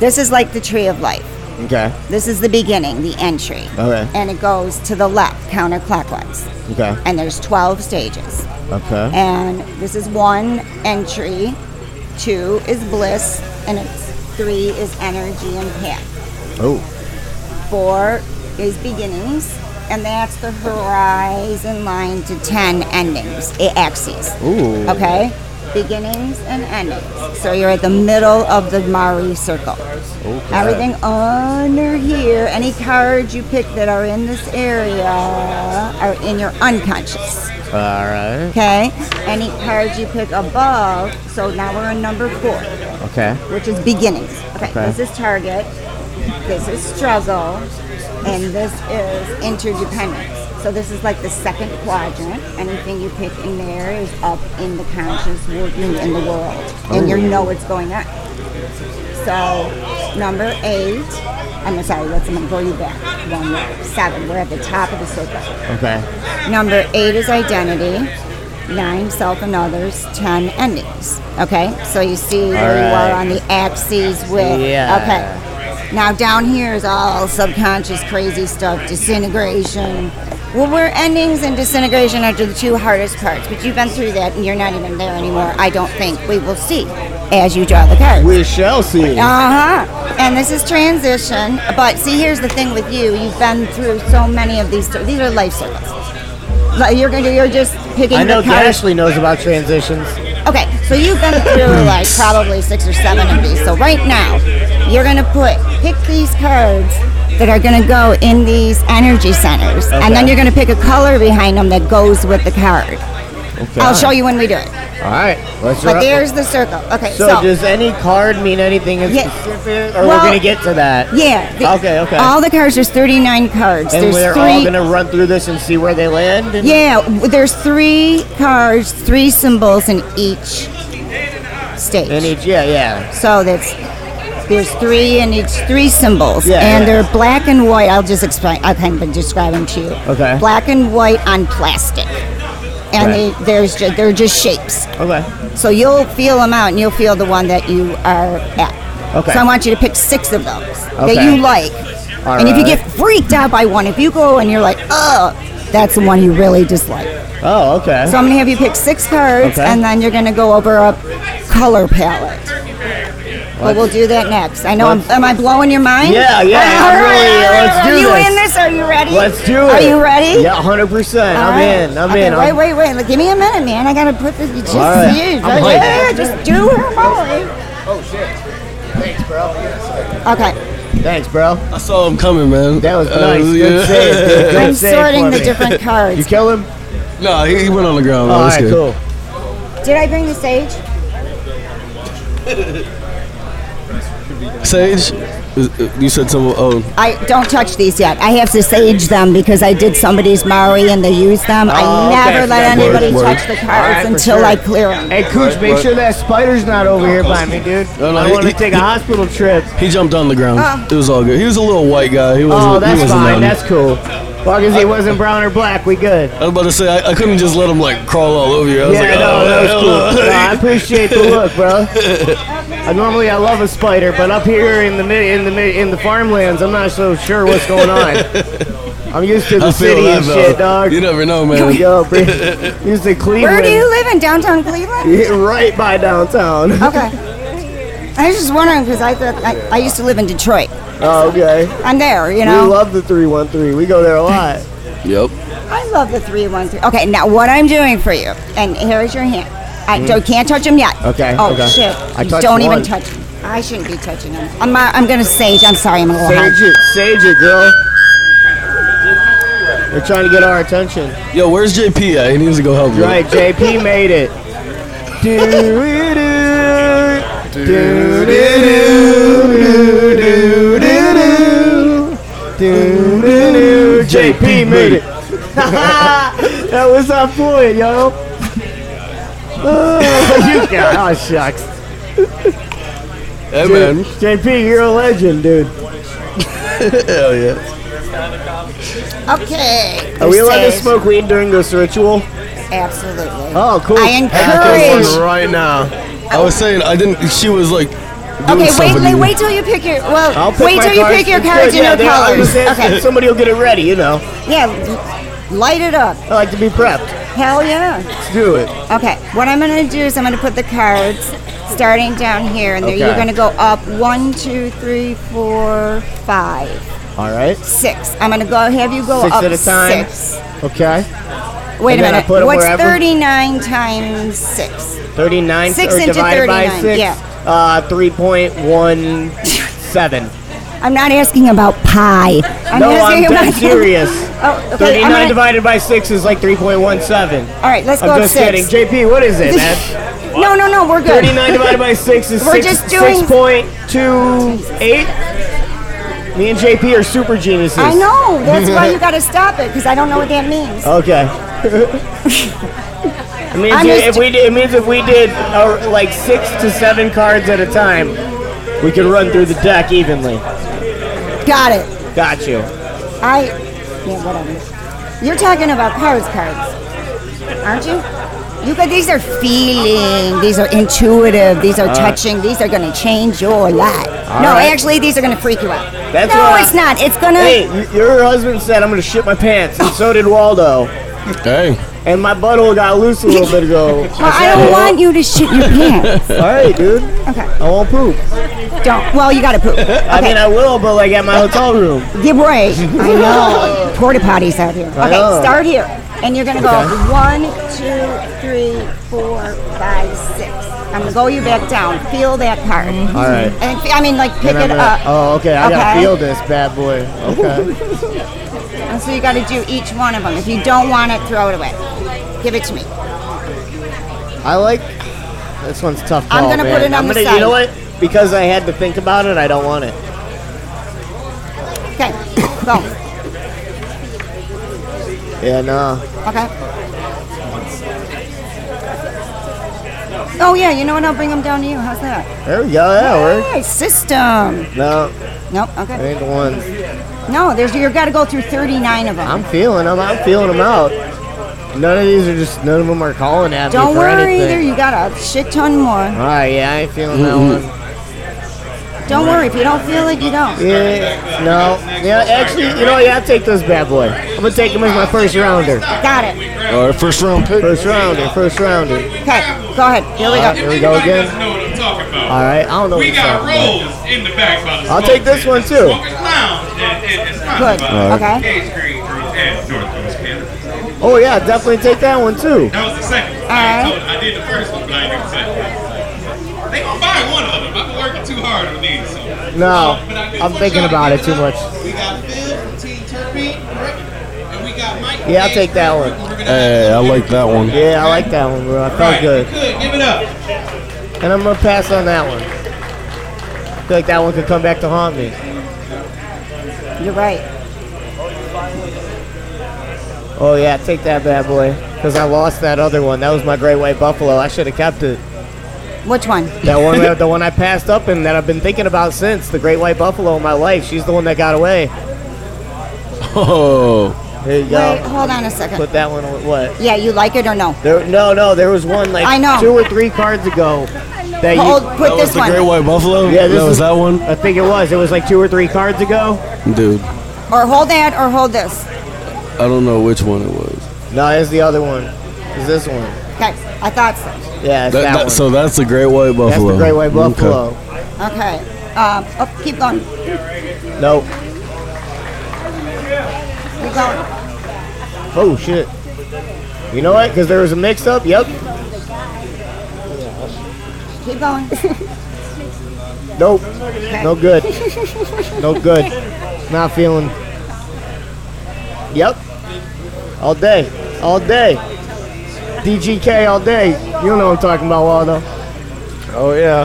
[SPEAKER 5] This is like the tree of life.
[SPEAKER 6] okay.
[SPEAKER 5] This is the beginning, the entry.
[SPEAKER 6] Okay.
[SPEAKER 5] And it goes to the left, counterclockwise.
[SPEAKER 6] Okay.
[SPEAKER 5] And there's 12 stages.
[SPEAKER 6] Okay.
[SPEAKER 5] And this is one entry, two is bliss, and it's three is energy and path
[SPEAKER 6] Oh.
[SPEAKER 5] four is beginnings, and that's the horizon line to ten endings, a- axes.
[SPEAKER 6] Ooh.
[SPEAKER 5] Okay, beginnings and endings. So you're at the middle of the Mari circle.
[SPEAKER 6] Okay.
[SPEAKER 5] Everything under here, any cards you pick that are in this area are in your unconscious.
[SPEAKER 6] All right.
[SPEAKER 5] Okay, any cards you pick above. So now we're in number four
[SPEAKER 6] Okay.
[SPEAKER 5] which is beginnings. Okay,
[SPEAKER 6] Okay.
[SPEAKER 5] this is target, this is struggle, and this is interdependence. So this is like the second quadrant. Anything you pick in there is up in the conscious, working in the world, and you know what's going on. So number eight, I'm sorry, let's I'm gonna go you back one more. Seven, we're at the top of the circle.
[SPEAKER 6] Okay.
[SPEAKER 5] Number eight is identity. Nine, self and others. Ten, endings. Okay, so you see where you are
[SPEAKER 6] right.
[SPEAKER 5] on the axes with.
[SPEAKER 6] Yeah.
[SPEAKER 5] Okay. Now down here is all subconscious crazy stuff, disintegration, Well, we're endings and disintegration are the two hardest parts, but you've been through that and you're not even there anymore, I don't think. We will see as you draw the cards.
[SPEAKER 1] We shall see.
[SPEAKER 5] Uh huh. And this is transition. But see, here's the thing with you: you've been through so many of these. These are life circles. Like, You're gonna. You're just picking.
[SPEAKER 1] I know
[SPEAKER 5] the cards.
[SPEAKER 1] Ashley knows about transitions.
[SPEAKER 5] Okay, so you've been through like probably six or seven of these. So right now, you're gonna put pick these cards that are gonna go in these energy centers, and then
[SPEAKER 1] Okay.
[SPEAKER 5] you're gonna pick a color behind them that goes with the card. I'll show you when we do it.
[SPEAKER 1] All right, let's
[SPEAKER 5] But
[SPEAKER 1] wrap-
[SPEAKER 5] there's the circle. Okay,
[SPEAKER 1] So,
[SPEAKER 5] so,
[SPEAKER 1] does any card mean anything in
[SPEAKER 5] Yeah.
[SPEAKER 1] specific, or we're
[SPEAKER 5] Well-
[SPEAKER 1] gonna get to that?
[SPEAKER 5] yeah. the-
[SPEAKER 1] Okay, okay.
[SPEAKER 5] All the cards. There's 39 cards.
[SPEAKER 1] and
[SPEAKER 5] there's
[SPEAKER 1] we're
[SPEAKER 5] three.
[SPEAKER 1] all gonna run through this and see where they land. And
[SPEAKER 5] Yeah, w- there's three cards, three symbols in each stage.
[SPEAKER 1] and each, yeah, yeah.
[SPEAKER 5] so that's there's three in each three symbols,
[SPEAKER 1] Yeah,
[SPEAKER 5] and
[SPEAKER 1] yeah.
[SPEAKER 5] they're black and white. I'll just explain. I kind of describe them to you.
[SPEAKER 1] Okay.
[SPEAKER 5] Black and white on plastic, and
[SPEAKER 1] Right.
[SPEAKER 5] they, there's ju- they're just shapes.
[SPEAKER 1] Okay.
[SPEAKER 5] So you'll feel them out, and you'll feel the one that you are at.
[SPEAKER 1] Okay.
[SPEAKER 5] So I want you to pick six of those that
[SPEAKER 1] Okay.
[SPEAKER 5] you like.
[SPEAKER 1] All
[SPEAKER 5] and if you
[SPEAKER 1] right.
[SPEAKER 5] get freaked out by one, if you go and you're like, oh, that's the one you really dislike.
[SPEAKER 1] Oh, okay.
[SPEAKER 5] So I'm gonna have you pick six cards,
[SPEAKER 1] Okay.
[SPEAKER 5] and then you're gonna go over a color palette. But we'll do that next. I know. I'm, am I blowing your mind?
[SPEAKER 1] Yeah, yeah, I'm really- let's do
[SPEAKER 5] are you
[SPEAKER 1] this.
[SPEAKER 5] in this? Are you ready?
[SPEAKER 1] let's do it.
[SPEAKER 5] Are you ready?
[SPEAKER 1] Yeah, hundred percent.
[SPEAKER 5] All
[SPEAKER 1] I'm
[SPEAKER 5] right.
[SPEAKER 1] in. I'm
[SPEAKER 5] Okay,
[SPEAKER 1] in.
[SPEAKER 5] Wait,
[SPEAKER 1] I'm,
[SPEAKER 5] wait, wait. Look, give me a minute, man. I gotta put this. It's just
[SPEAKER 1] All right.
[SPEAKER 5] huge.
[SPEAKER 1] I'm hyped.
[SPEAKER 5] yeah, just do her, Molly. Oh shit. Thanks, bro. Okay.
[SPEAKER 1] Thanks, bro.
[SPEAKER 2] I saw him coming, man.
[SPEAKER 1] That was
[SPEAKER 2] Uh,
[SPEAKER 1] nice. Good
[SPEAKER 2] yeah.
[SPEAKER 1] save. Good, good
[SPEAKER 5] I'm
[SPEAKER 1] save
[SPEAKER 5] sorting
[SPEAKER 1] for
[SPEAKER 5] the
[SPEAKER 1] me.
[SPEAKER 5] different cards.
[SPEAKER 1] You kill him.
[SPEAKER 2] No, he, he went on the ground.
[SPEAKER 1] All
[SPEAKER 2] man. That's
[SPEAKER 1] right,
[SPEAKER 2] good.
[SPEAKER 1] cool.
[SPEAKER 5] Did I bring the sage?
[SPEAKER 2] Sage, is- uh, you said someone. Oh,
[SPEAKER 5] I don't touch these yet. I have to sage them because I did somebody's Maori and they used them.
[SPEAKER 1] Oh,
[SPEAKER 5] I
[SPEAKER 1] okay.
[SPEAKER 5] never let
[SPEAKER 1] Word,
[SPEAKER 5] anybody
[SPEAKER 2] word.
[SPEAKER 5] touch the cards
[SPEAKER 1] Alright, for
[SPEAKER 5] until
[SPEAKER 1] sure.
[SPEAKER 5] I clear them.
[SPEAKER 1] Hey, Cooch, make
[SPEAKER 2] right.
[SPEAKER 1] sure that spider's not over here by me, dude.
[SPEAKER 2] No, no,
[SPEAKER 1] I
[SPEAKER 2] he-
[SPEAKER 1] want to
[SPEAKER 2] he-
[SPEAKER 1] take a
[SPEAKER 2] he-
[SPEAKER 1] hospital trip.
[SPEAKER 2] he jumped on the ground.
[SPEAKER 5] Oh.
[SPEAKER 2] it was all good. He was a little white guy. He wasn't.
[SPEAKER 1] Oh,
[SPEAKER 2] he
[SPEAKER 1] that's
[SPEAKER 2] wasn't
[SPEAKER 1] fine.
[SPEAKER 2] on-
[SPEAKER 1] That's cool. As long as he wasn't brown or black, we good.
[SPEAKER 2] I was about to say I, I couldn't just let him like crawl all over you. I was
[SPEAKER 1] Yeah,
[SPEAKER 2] like,
[SPEAKER 1] no,
[SPEAKER 2] oh,
[SPEAKER 1] that was
[SPEAKER 2] hell
[SPEAKER 1] cool.
[SPEAKER 2] no.
[SPEAKER 1] No, I appreciate the look, bro. I, normally, I love a spider, but up here in the mi- in the mi- in the farmlands, I'm not so sure what's going on. I'm used to the
[SPEAKER 2] I feel
[SPEAKER 1] city
[SPEAKER 2] that,
[SPEAKER 1] and
[SPEAKER 2] though.
[SPEAKER 1] shit, dog.
[SPEAKER 2] You never know, man.
[SPEAKER 1] Yo, bro, used to Cleveland.
[SPEAKER 5] Where do you live in downtown Cleveland?
[SPEAKER 1] Yeah, Right by downtown.
[SPEAKER 5] Okay. I was just wondering because I thought I, I used to live in Detroit.
[SPEAKER 1] okay.
[SPEAKER 5] I'm there, you
[SPEAKER 1] We
[SPEAKER 5] know.
[SPEAKER 1] love the 313. We go there a lot.
[SPEAKER 2] Yep.
[SPEAKER 5] I love the three one three. Okay, now what I'm doing for you, and here is your hand. I don't, can't touch them yet.
[SPEAKER 1] Mm. Okay,
[SPEAKER 5] Oh
[SPEAKER 1] okay.
[SPEAKER 5] shit!
[SPEAKER 1] I
[SPEAKER 5] You
[SPEAKER 1] touched
[SPEAKER 5] don't
[SPEAKER 1] one.
[SPEAKER 5] even touch them. I shouldn't be touching them. I'm, not- I'm gonna sage. I'm sorry. I'm a little high.
[SPEAKER 1] Sage it, sage it, girl. They're trying to get our attention.
[SPEAKER 2] Yo, where's JP at? He needs to go help you.
[SPEAKER 1] Right, JP made it. Do it, do do do do do do do do do. JP made it. that was our point, yo. Oh, you got oh shucks.
[SPEAKER 2] Hey,
[SPEAKER 1] Dude,
[SPEAKER 2] man.
[SPEAKER 1] JP, you're a legend, dude.
[SPEAKER 2] Hell yeah.
[SPEAKER 5] Okay.
[SPEAKER 1] Are we allowed to
[SPEAKER 5] sage.
[SPEAKER 1] smoke weed during this ritual?
[SPEAKER 5] Absolutely.
[SPEAKER 1] Oh, cool.
[SPEAKER 5] I encourage.
[SPEAKER 2] right now. I was saying I didn't. She was like. Doing
[SPEAKER 5] Okay, wait,
[SPEAKER 2] something.
[SPEAKER 5] wait, wait till you pick your. Well,
[SPEAKER 1] I'll pick
[SPEAKER 5] wait
[SPEAKER 1] my
[SPEAKER 5] till you
[SPEAKER 1] cards.
[SPEAKER 5] pick your
[SPEAKER 1] It's
[SPEAKER 5] cards
[SPEAKER 1] good,
[SPEAKER 5] and
[SPEAKER 1] yeah,
[SPEAKER 5] your
[SPEAKER 1] they- I was
[SPEAKER 5] colors.
[SPEAKER 1] saying,
[SPEAKER 5] Okay,
[SPEAKER 1] Somebody will get it ready, you know.
[SPEAKER 5] yeah, l- light it up.
[SPEAKER 1] I like to be prepped.
[SPEAKER 5] Hell yeah.
[SPEAKER 1] Let's do it.
[SPEAKER 5] Okay, what I'm gonna do is I'm gonna put the cards starting down here, and then you're
[SPEAKER 1] Okay.
[SPEAKER 5] gonna go up one, two, three, four, five,
[SPEAKER 1] All right.
[SPEAKER 5] six. I'm gonna go have you go
[SPEAKER 1] Six
[SPEAKER 5] up
[SPEAKER 1] at a time.
[SPEAKER 5] six.
[SPEAKER 1] Okay.
[SPEAKER 5] Wait
[SPEAKER 1] And
[SPEAKER 5] a
[SPEAKER 1] then I
[SPEAKER 5] minute.
[SPEAKER 1] put 'em
[SPEAKER 5] What's
[SPEAKER 1] wherever?
[SPEAKER 5] 39 times six?
[SPEAKER 1] 39
[SPEAKER 5] Six
[SPEAKER 1] or
[SPEAKER 5] into
[SPEAKER 1] divided by
[SPEAKER 5] 39,
[SPEAKER 1] 6.
[SPEAKER 5] yeah.
[SPEAKER 1] Uh, 3.17.
[SPEAKER 5] I'm not asking about pi. I'm
[SPEAKER 1] no, I'm
[SPEAKER 5] asking
[SPEAKER 1] dead
[SPEAKER 5] about-
[SPEAKER 1] serious.
[SPEAKER 5] Oh, okay.
[SPEAKER 1] 39
[SPEAKER 5] I'm gonna-
[SPEAKER 1] divided by 6 is like 3.17.
[SPEAKER 5] all right, let's go
[SPEAKER 1] I'm
[SPEAKER 5] up
[SPEAKER 1] just
[SPEAKER 5] six.
[SPEAKER 1] kidding. JP, what is it, man?
[SPEAKER 5] No, no, no, we're good.
[SPEAKER 1] 39 divided by 6 is
[SPEAKER 5] We're
[SPEAKER 1] six-
[SPEAKER 5] just doing-
[SPEAKER 1] 6.28. Me and JP are super geniuses.
[SPEAKER 5] I know. That's why you got to stop it because I don't know what that means.
[SPEAKER 1] Okay. it means
[SPEAKER 5] I'm just-
[SPEAKER 1] if we did, it means if we did uh, like six to seven cards at a time, we could run through the deck evenly.
[SPEAKER 5] Got it.
[SPEAKER 1] Got you.
[SPEAKER 5] I. Yeah, whatever. You're talking about cards, cards, aren't you? You got these are feeling, these are intuitive, these
[SPEAKER 1] Uh.
[SPEAKER 5] are touching, these are gonna change your life. no,
[SPEAKER 6] right.
[SPEAKER 5] actually, these are gonna freak you out.
[SPEAKER 6] That's
[SPEAKER 5] no,
[SPEAKER 6] what I-
[SPEAKER 5] it's not. It's gonna.
[SPEAKER 6] Hey, y- your husband said I'm gonna shit my pants, and so did Waldo.
[SPEAKER 2] Dang.
[SPEAKER 6] And my butthole got loose a little bit ago.
[SPEAKER 5] well, I don't want you to shit your pants.
[SPEAKER 6] All right, dude.
[SPEAKER 5] Okay.
[SPEAKER 6] I won't poop.
[SPEAKER 5] Don't. Well, you gotta poop. Okay.
[SPEAKER 6] I mean, I will, but like at my hotel room.
[SPEAKER 5] Give way. I know. Porta potties out here. Okay,
[SPEAKER 6] know.
[SPEAKER 5] start here. And you're gonna go one, two, three, four, five, six. I'm gonna go you back down. Feel that part. All
[SPEAKER 6] right.
[SPEAKER 5] And fe- I mean, like pick
[SPEAKER 6] And I'm
[SPEAKER 5] it
[SPEAKER 6] gonna-
[SPEAKER 5] up.
[SPEAKER 6] Oh, okay. I gotta
[SPEAKER 5] Okay.
[SPEAKER 6] feel this bad boy. Okay.
[SPEAKER 5] And so you got to do each one of them. If you don't want it, throw it away. Give it to me.
[SPEAKER 6] I like. This one's tough.
[SPEAKER 5] I'm
[SPEAKER 6] call,
[SPEAKER 5] gonna put
[SPEAKER 6] man.
[SPEAKER 5] it on
[SPEAKER 6] I'm
[SPEAKER 5] the
[SPEAKER 6] gonna-
[SPEAKER 5] side.
[SPEAKER 6] You know what? Because I had to think about it, I don't want it.
[SPEAKER 5] Okay. Go.
[SPEAKER 6] Yeah, no.
[SPEAKER 5] Okay. Oh yeah, you know what? I'll bring them down to you. How's that?
[SPEAKER 6] There we go. That worked.
[SPEAKER 5] Hey, system.
[SPEAKER 6] No,
[SPEAKER 5] Nope.
[SPEAKER 6] I
[SPEAKER 5] Okay.
[SPEAKER 6] ain't the one.
[SPEAKER 5] No, there's you've got to go through 39 of them.
[SPEAKER 6] I'm feeling them. I'm feeling them out. None of these are just. None of them are calling at me
[SPEAKER 5] Don't
[SPEAKER 6] for
[SPEAKER 5] worry
[SPEAKER 6] anything.
[SPEAKER 5] either. You got a shit ton more.
[SPEAKER 6] All right. Yeah, I ain't feeling that one.
[SPEAKER 5] Don't worry. If you don't feel it, you don't.
[SPEAKER 6] Yeah, no. Yeah, actually, you know, yeah, I'll take this bad boy. I'm gonna take him as my first rounder.
[SPEAKER 5] Got it.
[SPEAKER 2] All right, first round pick.
[SPEAKER 6] First rounder, first rounder. Here
[SPEAKER 5] Okay. Go ahead. Here we go.
[SPEAKER 6] we go
[SPEAKER 7] Everybody doesn't
[SPEAKER 6] again.
[SPEAKER 7] know what I'm talking about.
[SPEAKER 6] All right, I don't know.
[SPEAKER 7] We
[SPEAKER 6] what
[SPEAKER 7] got
[SPEAKER 6] you're talking about.
[SPEAKER 7] rolls in the back by the
[SPEAKER 6] I'll
[SPEAKER 7] smoke
[SPEAKER 6] take this
[SPEAKER 7] pit.
[SPEAKER 6] one, too.
[SPEAKER 7] Smokers Lounge and, and, and
[SPEAKER 5] Good. Okay.
[SPEAKER 7] Cage Green Crew and Northwest Canada.
[SPEAKER 6] Oh yeah, definitely take that one too.
[SPEAKER 7] That was the second one. I told you, I did the first one, but I didn't do the second one. They gonna buy one of them. I've been working too hard on these. So.
[SPEAKER 6] No,
[SPEAKER 7] But I did
[SPEAKER 6] I'm
[SPEAKER 7] one
[SPEAKER 6] thinking
[SPEAKER 7] shot
[SPEAKER 6] about
[SPEAKER 7] and
[SPEAKER 6] it
[SPEAKER 7] give
[SPEAKER 6] too
[SPEAKER 7] up.
[SPEAKER 6] much.
[SPEAKER 7] We got Phil from Team Turpine, and we got Mike.
[SPEAKER 6] Yeah, I'll take that one.
[SPEAKER 2] Hey, I like that one.
[SPEAKER 6] Yeah, I like that one, bro. I felt
[SPEAKER 7] Right,
[SPEAKER 6] good,
[SPEAKER 7] good. Give it up.
[SPEAKER 6] and I'm gonna pass on that one. feel like that one could come back to haunt me.
[SPEAKER 5] You're right.
[SPEAKER 6] Oh yeah, take that bad boy, because I lost that other one. That was my great white buffalo. I should have kept it.
[SPEAKER 5] Which one?
[SPEAKER 6] That one, the one I passed up and that I've been thinking about since the Great White Buffalo in my life. She's the one that got away.
[SPEAKER 2] Oh,
[SPEAKER 6] There you
[SPEAKER 5] Wait.
[SPEAKER 6] go.
[SPEAKER 5] Hold on a second.
[SPEAKER 6] Put that one. away. What?
[SPEAKER 5] Yeah, you like it or no?
[SPEAKER 6] There, no, no. There was one like
[SPEAKER 5] I know.
[SPEAKER 6] two or three cards ago. That
[SPEAKER 5] Hold.
[SPEAKER 6] you,
[SPEAKER 5] Put
[SPEAKER 2] was
[SPEAKER 5] this
[SPEAKER 2] the Great White
[SPEAKER 5] one.
[SPEAKER 2] Buffalo?
[SPEAKER 6] Yeah, this
[SPEAKER 2] that
[SPEAKER 6] is-
[SPEAKER 2] was that one?
[SPEAKER 6] I think it was. It was like two or three cards ago.
[SPEAKER 2] Dude,
[SPEAKER 5] Or hold that. Or hold this.
[SPEAKER 2] I don't know which one it was.
[SPEAKER 6] No, it's the other one. It's this one.
[SPEAKER 5] Okay. I thought so.
[SPEAKER 6] Yeah,
[SPEAKER 2] That-
[SPEAKER 6] it's that,
[SPEAKER 2] that-
[SPEAKER 6] one.
[SPEAKER 2] so that's the Great White Buffalo.
[SPEAKER 6] That's the Great White
[SPEAKER 2] Okay.
[SPEAKER 6] Buffalo.
[SPEAKER 5] Okay. Um, oh, keep going.
[SPEAKER 6] Nope.
[SPEAKER 5] Keep going.
[SPEAKER 6] Oh shit. You know what? Because there was a mix-up. Yep.
[SPEAKER 5] Keep going.
[SPEAKER 6] Nope. No good. No good. Not feeling. Yep. All day. All day. DGK all day. You know what I'm talking about, Waldo. Oh, yeah.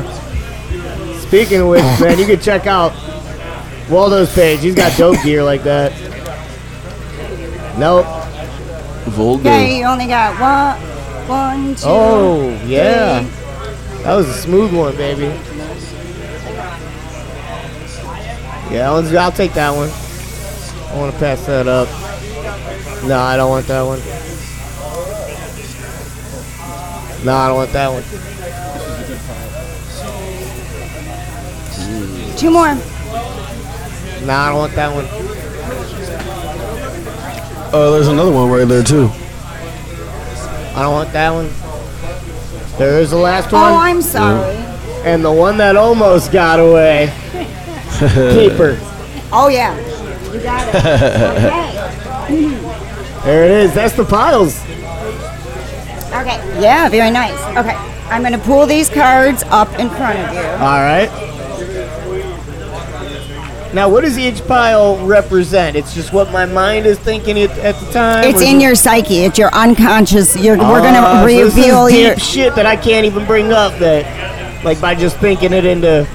[SPEAKER 6] Speaking of which, man, you can check out Waldo's page. He's got dope gear like that. Nope.
[SPEAKER 2] Voldo.
[SPEAKER 5] Okay, you only got one, one, two.
[SPEAKER 6] Oh, yeah.
[SPEAKER 5] three.
[SPEAKER 6] That was a smooth one, baby. Yeah, that one's, I'll take that one. I want to pass that up. No, I don't want that one. No, I don't want that one.
[SPEAKER 5] Two more.
[SPEAKER 6] No, I don't want that one.
[SPEAKER 2] Oh, there's another one right there too.
[SPEAKER 6] I don't want that one. There is the last one,
[SPEAKER 5] Oh, I'm sorry.
[SPEAKER 6] and the one that almost got away. Keeper.
[SPEAKER 5] Oh, yeah. You got it. okay.
[SPEAKER 6] There it is. That's the piles.
[SPEAKER 5] Okay. Yeah, very nice. Okay. I'm going to pull these cards up in front of you.
[SPEAKER 6] All right. Now, what does each pile represent? It's just what my mind is thinking at, at the time.
[SPEAKER 5] It's
[SPEAKER 6] or
[SPEAKER 5] in
[SPEAKER 6] is
[SPEAKER 5] your psyche. It's your unconscious. You're, we're going
[SPEAKER 6] Ah,
[SPEAKER 5] to
[SPEAKER 6] so
[SPEAKER 5] reveal
[SPEAKER 6] this is
[SPEAKER 5] your.
[SPEAKER 6] deep shit that I can't even bring up. That, like, by just thinking it into,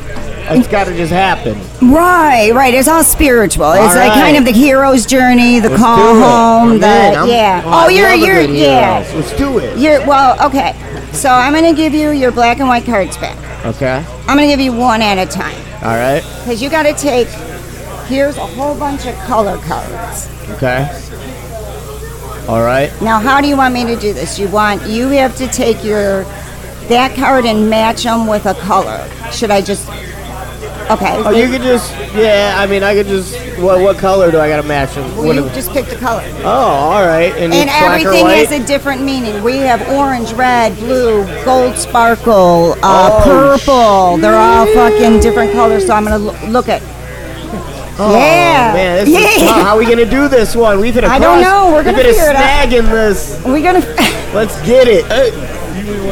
[SPEAKER 6] it's got to just happen.
[SPEAKER 5] Right, right. It's all spiritual. It's
[SPEAKER 6] All
[SPEAKER 5] like kind
[SPEAKER 6] right.
[SPEAKER 5] of the hero's journey, the call
[SPEAKER 6] do it.
[SPEAKER 5] home,
[SPEAKER 6] I'm
[SPEAKER 5] the
[SPEAKER 6] in. I'm-
[SPEAKER 5] yeah.
[SPEAKER 6] I
[SPEAKER 5] Oh, you're
[SPEAKER 6] love a
[SPEAKER 5] you're
[SPEAKER 6] good
[SPEAKER 5] yeah.
[SPEAKER 6] hero. Let's do it.
[SPEAKER 5] You're well, okay. So I'm going to give you your black and white cards back.
[SPEAKER 6] Okay.
[SPEAKER 5] I'm going to give you one at a time.
[SPEAKER 6] All right.
[SPEAKER 5] Because you got to take, here's a whole bunch of color cards.
[SPEAKER 6] Okay. All right.
[SPEAKER 5] Now, how do you want me to do this? You want you have to take your that card and match them with a color. Should I just? Okay.
[SPEAKER 6] Oh, you could just, yeah, I mean, I could just, what, what color do I got to match? them?
[SPEAKER 5] Well,
[SPEAKER 6] What
[SPEAKER 5] you
[SPEAKER 6] am-
[SPEAKER 5] just pick the color.
[SPEAKER 6] oh, all right.
[SPEAKER 5] And
[SPEAKER 6] And, it's black
[SPEAKER 5] everything
[SPEAKER 6] or white?
[SPEAKER 5] has a different meaning. We have orange, red, blue, gold sparkle, uh, purple. They're all fucking different colors, so I'm going to look at. yeah.
[SPEAKER 6] Oh, Man, this is,
[SPEAKER 5] yeah.
[SPEAKER 6] wow, how are we gonna do this one? We've hit a
[SPEAKER 5] I don't
[SPEAKER 6] cross-
[SPEAKER 5] know. We're gonna
[SPEAKER 6] We've hit
[SPEAKER 5] figure
[SPEAKER 6] a
[SPEAKER 5] it out.
[SPEAKER 6] snag in this.
[SPEAKER 5] We're going to.
[SPEAKER 6] Let's get it. Uh,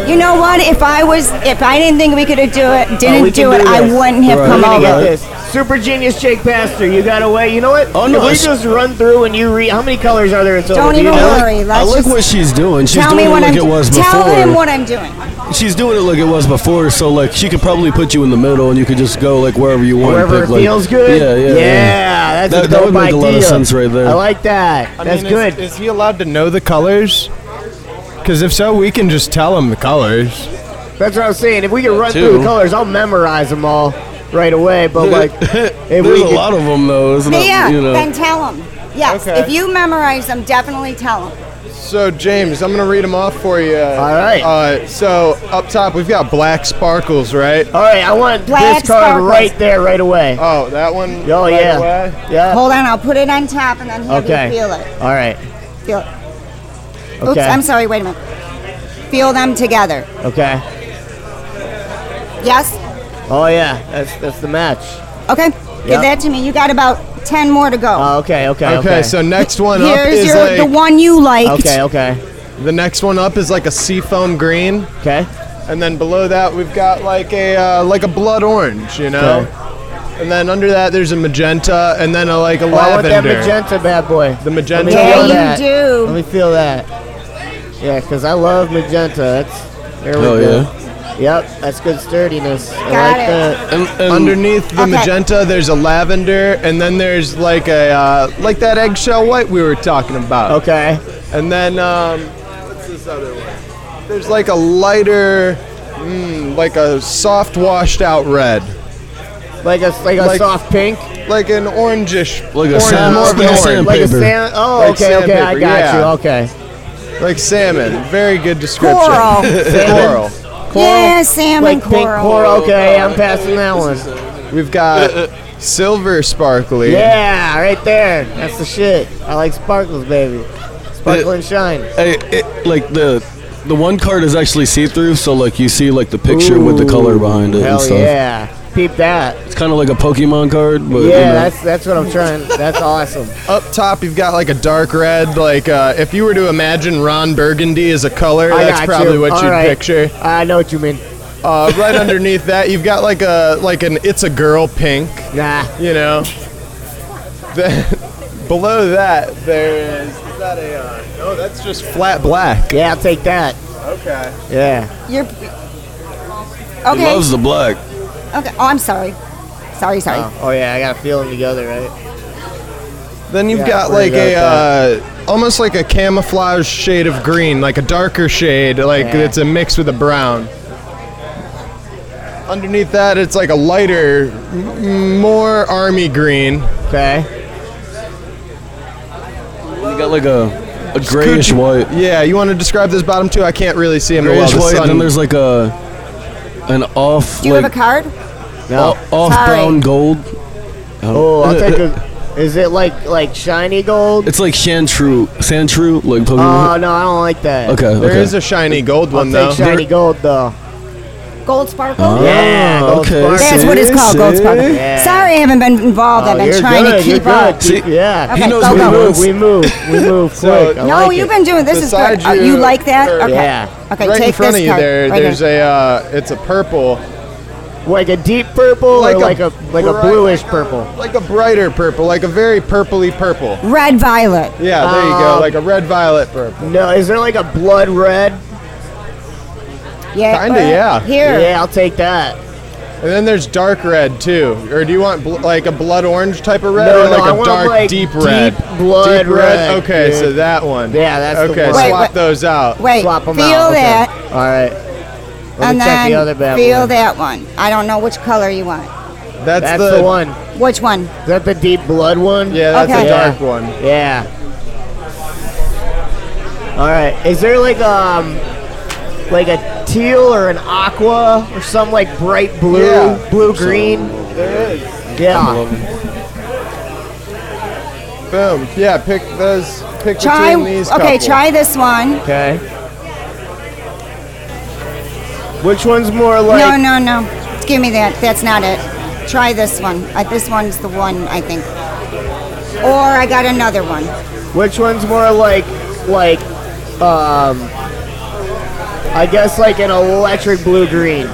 [SPEAKER 5] You know what? If I was, if I didn't think we could do it, didn't
[SPEAKER 6] Oh, we can
[SPEAKER 5] do it,
[SPEAKER 6] do
[SPEAKER 5] I
[SPEAKER 6] this.
[SPEAKER 5] wouldn't have
[SPEAKER 2] Right.
[SPEAKER 5] come
[SPEAKER 2] We're
[SPEAKER 6] I
[SPEAKER 2] gonna
[SPEAKER 6] get
[SPEAKER 5] over.
[SPEAKER 6] this.
[SPEAKER 1] Super genius, Jake Pastor. You got away. You know what?
[SPEAKER 2] Oh, no,
[SPEAKER 1] If we
[SPEAKER 2] it's-
[SPEAKER 1] just run through and you read. How many colors are there in total?
[SPEAKER 5] Don't
[SPEAKER 1] Do you
[SPEAKER 5] even
[SPEAKER 1] know?
[SPEAKER 5] worry.
[SPEAKER 2] I
[SPEAKER 5] Let's
[SPEAKER 2] like
[SPEAKER 5] just
[SPEAKER 2] what she's doing. She's
[SPEAKER 5] tell
[SPEAKER 2] doing it
[SPEAKER 5] me what
[SPEAKER 2] like
[SPEAKER 5] I'm.
[SPEAKER 2] it was before.
[SPEAKER 5] tell him what I'm doing.
[SPEAKER 2] she's doing it like it was before. So like she could probably put you in the middle, and you could just go like wherever you want. and
[SPEAKER 1] Wherever
[SPEAKER 2] pick,
[SPEAKER 1] it
[SPEAKER 2] like-
[SPEAKER 1] feels good.
[SPEAKER 2] Yeah, yeah.
[SPEAKER 1] Yeah, that's a
[SPEAKER 2] That- that would
[SPEAKER 1] dope
[SPEAKER 2] make a lot of
[SPEAKER 1] idea.
[SPEAKER 2] sense right there.
[SPEAKER 1] I like that.
[SPEAKER 3] I
[SPEAKER 1] that's
[SPEAKER 3] mean,
[SPEAKER 1] good.
[SPEAKER 3] Is, is he allowed to know the colors? Because if so, we can just tell him the colors.
[SPEAKER 1] that's what I was saying. If we could run
[SPEAKER 2] too.
[SPEAKER 1] through the colors, I'll memorize them all right away. But like, if
[SPEAKER 2] There's
[SPEAKER 1] we
[SPEAKER 2] a
[SPEAKER 1] could,
[SPEAKER 2] lot of them though, isn't it?
[SPEAKER 5] yeah.
[SPEAKER 2] You know.
[SPEAKER 5] Then tell him. Yes.
[SPEAKER 3] Okay.
[SPEAKER 5] If you memorize them, definitely tell him.
[SPEAKER 3] So, James, I'm going to read them off for you. All
[SPEAKER 1] right.
[SPEAKER 3] Uh, so, up top, we've got black sparkles, right?
[SPEAKER 1] all right, I want
[SPEAKER 5] Black
[SPEAKER 1] this card
[SPEAKER 5] sparkles.
[SPEAKER 1] right there, right away.
[SPEAKER 3] Oh, that one.
[SPEAKER 1] Oh,
[SPEAKER 3] right
[SPEAKER 1] yeah.
[SPEAKER 3] away?
[SPEAKER 1] yeah.
[SPEAKER 5] Hold on. I'll put it on top and then have
[SPEAKER 1] Okay.
[SPEAKER 5] you feel it.
[SPEAKER 1] All right.
[SPEAKER 5] Feel it.
[SPEAKER 1] Okay.
[SPEAKER 5] Oops. I'm sorry. Wait a minute. Feel them together.
[SPEAKER 1] Okay.
[SPEAKER 5] Yes.
[SPEAKER 1] Oh yeah, that's that's the match.
[SPEAKER 5] Okay.
[SPEAKER 1] Yeah.
[SPEAKER 5] Give that to me. You got about ten more to go.
[SPEAKER 1] Oh, okay, okay,
[SPEAKER 3] Okay,
[SPEAKER 1] okay.
[SPEAKER 3] so next one up
[SPEAKER 5] Here's
[SPEAKER 3] is
[SPEAKER 5] your
[SPEAKER 3] like
[SPEAKER 5] the one you liked.
[SPEAKER 1] okay, okay,
[SPEAKER 3] the next one up is like a seafoam green,
[SPEAKER 1] okay.
[SPEAKER 3] and then below that we've got like a uh, like a blood orange, you know. And then under that there's a magenta, and then a, like a
[SPEAKER 1] Oh, I want
[SPEAKER 3] lavender.
[SPEAKER 1] that magenta bad boy.
[SPEAKER 3] the magenta.
[SPEAKER 1] Let me
[SPEAKER 5] Yeah,
[SPEAKER 1] feel
[SPEAKER 5] you
[SPEAKER 3] one-
[SPEAKER 1] that.
[SPEAKER 5] do.
[SPEAKER 1] Let me feel that. Yeah, 'cause I love magenta. That's there we
[SPEAKER 2] Oh,
[SPEAKER 1] go. Yep, that's good sturdiness. I
[SPEAKER 5] Got
[SPEAKER 1] like
[SPEAKER 5] it.
[SPEAKER 1] that.
[SPEAKER 2] And, and
[SPEAKER 3] Underneath the
[SPEAKER 5] Okay.
[SPEAKER 3] magenta, there's a lavender, and then there's like a uh, like that eggshell white we were talking about.
[SPEAKER 1] Okay.
[SPEAKER 3] And then um, what's this other one? There's like a lighter, mm, like a soft washed out red,
[SPEAKER 1] Like a like a
[SPEAKER 3] Like-
[SPEAKER 1] soft pink.
[SPEAKER 3] like an orangish,
[SPEAKER 2] Like a
[SPEAKER 3] orange,
[SPEAKER 2] sand-
[SPEAKER 3] more of an
[SPEAKER 2] like a
[SPEAKER 3] orange.
[SPEAKER 2] sand-
[SPEAKER 1] Like a
[SPEAKER 2] Paper.
[SPEAKER 1] sand. Oh,
[SPEAKER 3] Like
[SPEAKER 1] okay, okay. I
[SPEAKER 3] sandpaper,
[SPEAKER 1] got
[SPEAKER 3] yeah.
[SPEAKER 1] you. Okay.
[SPEAKER 3] Like salmon. Very good description.
[SPEAKER 5] Coral.
[SPEAKER 3] Coral.
[SPEAKER 5] Yeah, salmon
[SPEAKER 1] Like pink coral. Okay, I'm passing that one.
[SPEAKER 3] We've got silver sparkly.
[SPEAKER 1] Yeah, right there. That's the shit. I like sparkles, baby. Sparkle and shine.
[SPEAKER 2] Hey, it, like the the one card is actually see through, so like you see like the picture with the color behind it
[SPEAKER 1] Hell
[SPEAKER 2] and stuff.
[SPEAKER 1] yeah. Peep that.
[SPEAKER 2] It's kind of like a Pokemon card, but you
[SPEAKER 1] Yeah,
[SPEAKER 2] know.
[SPEAKER 1] that's that's what I'm trying. That's awesome.
[SPEAKER 3] Up top, you've got like a dark red. Like uh, if you were to imagine Ron Burgundy as a color,
[SPEAKER 1] I
[SPEAKER 3] that's
[SPEAKER 1] got
[SPEAKER 3] probably
[SPEAKER 1] you.
[SPEAKER 3] what
[SPEAKER 1] All
[SPEAKER 3] you'd
[SPEAKER 1] right.
[SPEAKER 3] picture.
[SPEAKER 1] I know what you mean.
[SPEAKER 3] Uh, right underneath that, you've got like a like an it's a girl pink.
[SPEAKER 1] Nah.
[SPEAKER 3] You know. Then below that, there is. Is that a? Uh, no, that's just flat black.
[SPEAKER 1] Yeah, I'll take that.
[SPEAKER 3] Okay.
[SPEAKER 1] Yeah.
[SPEAKER 5] You're,
[SPEAKER 2] he
[SPEAKER 5] okay.
[SPEAKER 2] loves the black.
[SPEAKER 5] okay. Oh, I'm sorry. Sorry, sorry.
[SPEAKER 1] Oh, oh, yeah, I gotta feel them together, right?
[SPEAKER 3] Then you've
[SPEAKER 1] Yeah,
[SPEAKER 3] got
[SPEAKER 1] we're
[SPEAKER 3] like
[SPEAKER 1] gonna
[SPEAKER 3] a
[SPEAKER 1] go
[SPEAKER 3] uh, almost like a camouflage shade of green, like a darker shade, like
[SPEAKER 1] Yeah.
[SPEAKER 3] it's a mix with a brown. Underneath that, it's like a lighter, m- more army green.
[SPEAKER 1] Okay.
[SPEAKER 2] You got like a a grayish
[SPEAKER 3] Could you-
[SPEAKER 2] white,
[SPEAKER 3] Yeah, you want to describe this bottom too? I can't really see him. well,
[SPEAKER 2] grayish
[SPEAKER 3] the
[SPEAKER 2] white.
[SPEAKER 3] sun-
[SPEAKER 2] Then there's like a an off
[SPEAKER 5] Do you
[SPEAKER 2] like
[SPEAKER 5] have a card?
[SPEAKER 1] No.
[SPEAKER 2] o- off
[SPEAKER 5] Sorry.
[SPEAKER 2] brown gold.
[SPEAKER 1] Oh, I'll take a. Is it like like shiny gold?
[SPEAKER 2] It's like Chantru, Sandshrew, like
[SPEAKER 1] Oh
[SPEAKER 2] Pokemon.
[SPEAKER 1] no, I don't like that.
[SPEAKER 2] okay, okay.
[SPEAKER 3] there is a shiny gold
[SPEAKER 1] I'll
[SPEAKER 3] one
[SPEAKER 1] take
[SPEAKER 3] though.
[SPEAKER 1] shiny gold though.
[SPEAKER 5] Gold sparkle?
[SPEAKER 2] Oh,
[SPEAKER 1] Yeah, gold
[SPEAKER 2] okay.
[SPEAKER 1] sparkle.
[SPEAKER 5] That's what it's called, gold sparkle.
[SPEAKER 1] Yeah.
[SPEAKER 5] Sorry, I haven't been involved. I've
[SPEAKER 1] Oh,
[SPEAKER 5] been
[SPEAKER 1] you're
[SPEAKER 5] trying
[SPEAKER 1] good,
[SPEAKER 5] to keep
[SPEAKER 1] you're
[SPEAKER 5] up.
[SPEAKER 1] good. Keep-
[SPEAKER 2] See,
[SPEAKER 1] yeah.
[SPEAKER 5] Okay,
[SPEAKER 2] he knows
[SPEAKER 5] go,
[SPEAKER 2] what
[SPEAKER 5] go.
[SPEAKER 2] he wants.
[SPEAKER 1] We move, we move quick.
[SPEAKER 3] So-
[SPEAKER 1] I
[SPEAKER 5] No,
[SPEAKER 1] like
[SPEAKER 5] you've
[SPEAKER 1] it.
[SPEAKER 5] been doing this.
[SPEAKER 3] Beside
[SPEAKER 5] is good. Uh, You,
[SPEAKER 3] you-
[SPEAKER 5] you like that?
[SPEAKER 3] or-
[SPEAKER 5] Okay.
[SPEAKER 1] Yeah.
[SPEAKER 5] Okay,
[SPEAKER 3] right
[SPEAKER 5] take
[SPEAKER 3] in front
[SPEAKER 5] this
[SPEAKER 3] of you
[SPEAKER 5] card.
[SPEAKER 3] there,
[SPEAKER 5] right
[SPEAKER 3] there's
[SPEAKER 5] here.
[SPEAKER 3] a uh, it's a purple,
[SPEAKER 1] like a deep purple,
[SPEAKER 3] Like
[SPEAKER 1] or
[SPEAKER 3] a
[SPEAKER 1] like a like a
[SPEAKER 3] bright-
[SPEAKER 1] bluish purple.
[SPEAKER 3] like a brighter purple, like a very purpley purple.
[SPEAKER 5] Red violet.
[SPEAKER 3] Yeah, there you go,
[SPEAKER 1] Um,
[SPEAKER 3] like a red violet purple.
[SPEAKER 1] No, is there like a blood red?
[SPEAKER 5] Yeah.
[SPEAKER 3] Kinda,
[SPEAKER 5] uh,
[SPEAKER 3] yeah.
[SPEAKER 5] Here.
[SPEAKER 1] Yeah, I'll take that.
[SPEAKER 3] And then there's dark red too. Or do you want bl- like a blood orange type of red,
[SPEAKER 1] No,
[SPEAKER 3] or
[SPEAKER 1] no,
[SPEAKER 3] like a
[SPEAKER 1] I want,
[SPEAKER 3] dark
[SPEAKER 1] like,
[SPEAKER 3] deep
[SPEAKER 1] deep
[SPEAKER 3] red?
[SPEAKER 1] blood red,
[SPEAKER 3] Okay,
[SPEAKER 1] dude.
[SPEAKER 3] so that one.
[SPEAKER 1] Yeah, that's the
[SPEAKER 3] okay.
[SPEAKER 1] one.
[SPEAKER 5] Wait,
[SPEAKER 3] swap
[SPEAKER 5] wait.
[SPEAKER 3] those out.
[SPEAKER 5] Wait.
[SPEAKER 1] Swap
[SPEAKER 5] feel
[SPEAKER 1] 'em out. okay.
[SPEAKER 5] that.
[SPEAKER 1] All right. Let me
[SPEAKER 5] and
[SPEAKER 1] check
[SPEAKER 5] then
[SPEAKER 1] the other bad
[SPEAKER 5] feel
[SPEAKER 1] one.
[SPEAKER 5] that one. I don't know which color you want.
[SPEAKER 3] That's,
[SPEAKER 1] That's the, one.
[SPEAKER 5] Which one?
[SPEAKER 1] Is that the deep blood one?
[SPEAKER 3] Yeah, that's
[SPEAKER 5] Okay.
[SPEAKER 3] a
[SPEAKER 5] Yeah.
[SPEAKER 3] dark one.
[SPEAKER 1] Yeah. All right. Is there like um like a teal or an aqua or some like bright blue,
[SPEAKER 6] Yeah.
[SPEAKER 1] blue green?
[SPEAKER 6] There is.
[SPEAKER 1] Yeah.
[SPEAKER 6] Boom. Yeah, pick those. Pick
[SPEAKER 5] Try
[SPEAKER 6] between these.
[SPEAKER 5] okay.
[SPEAKER 6] couple.
[SPEAKER 5] Try this one.
[SPEAKER 1] Okay. Which one's more like?
[SPEAKER 5] no, no, no. Give me that. That's not it. Try this one. Uh, this one's the one I think. Or I got another one.
[SPEAKER 1] Which one's more like like um I guess like an electric blue green.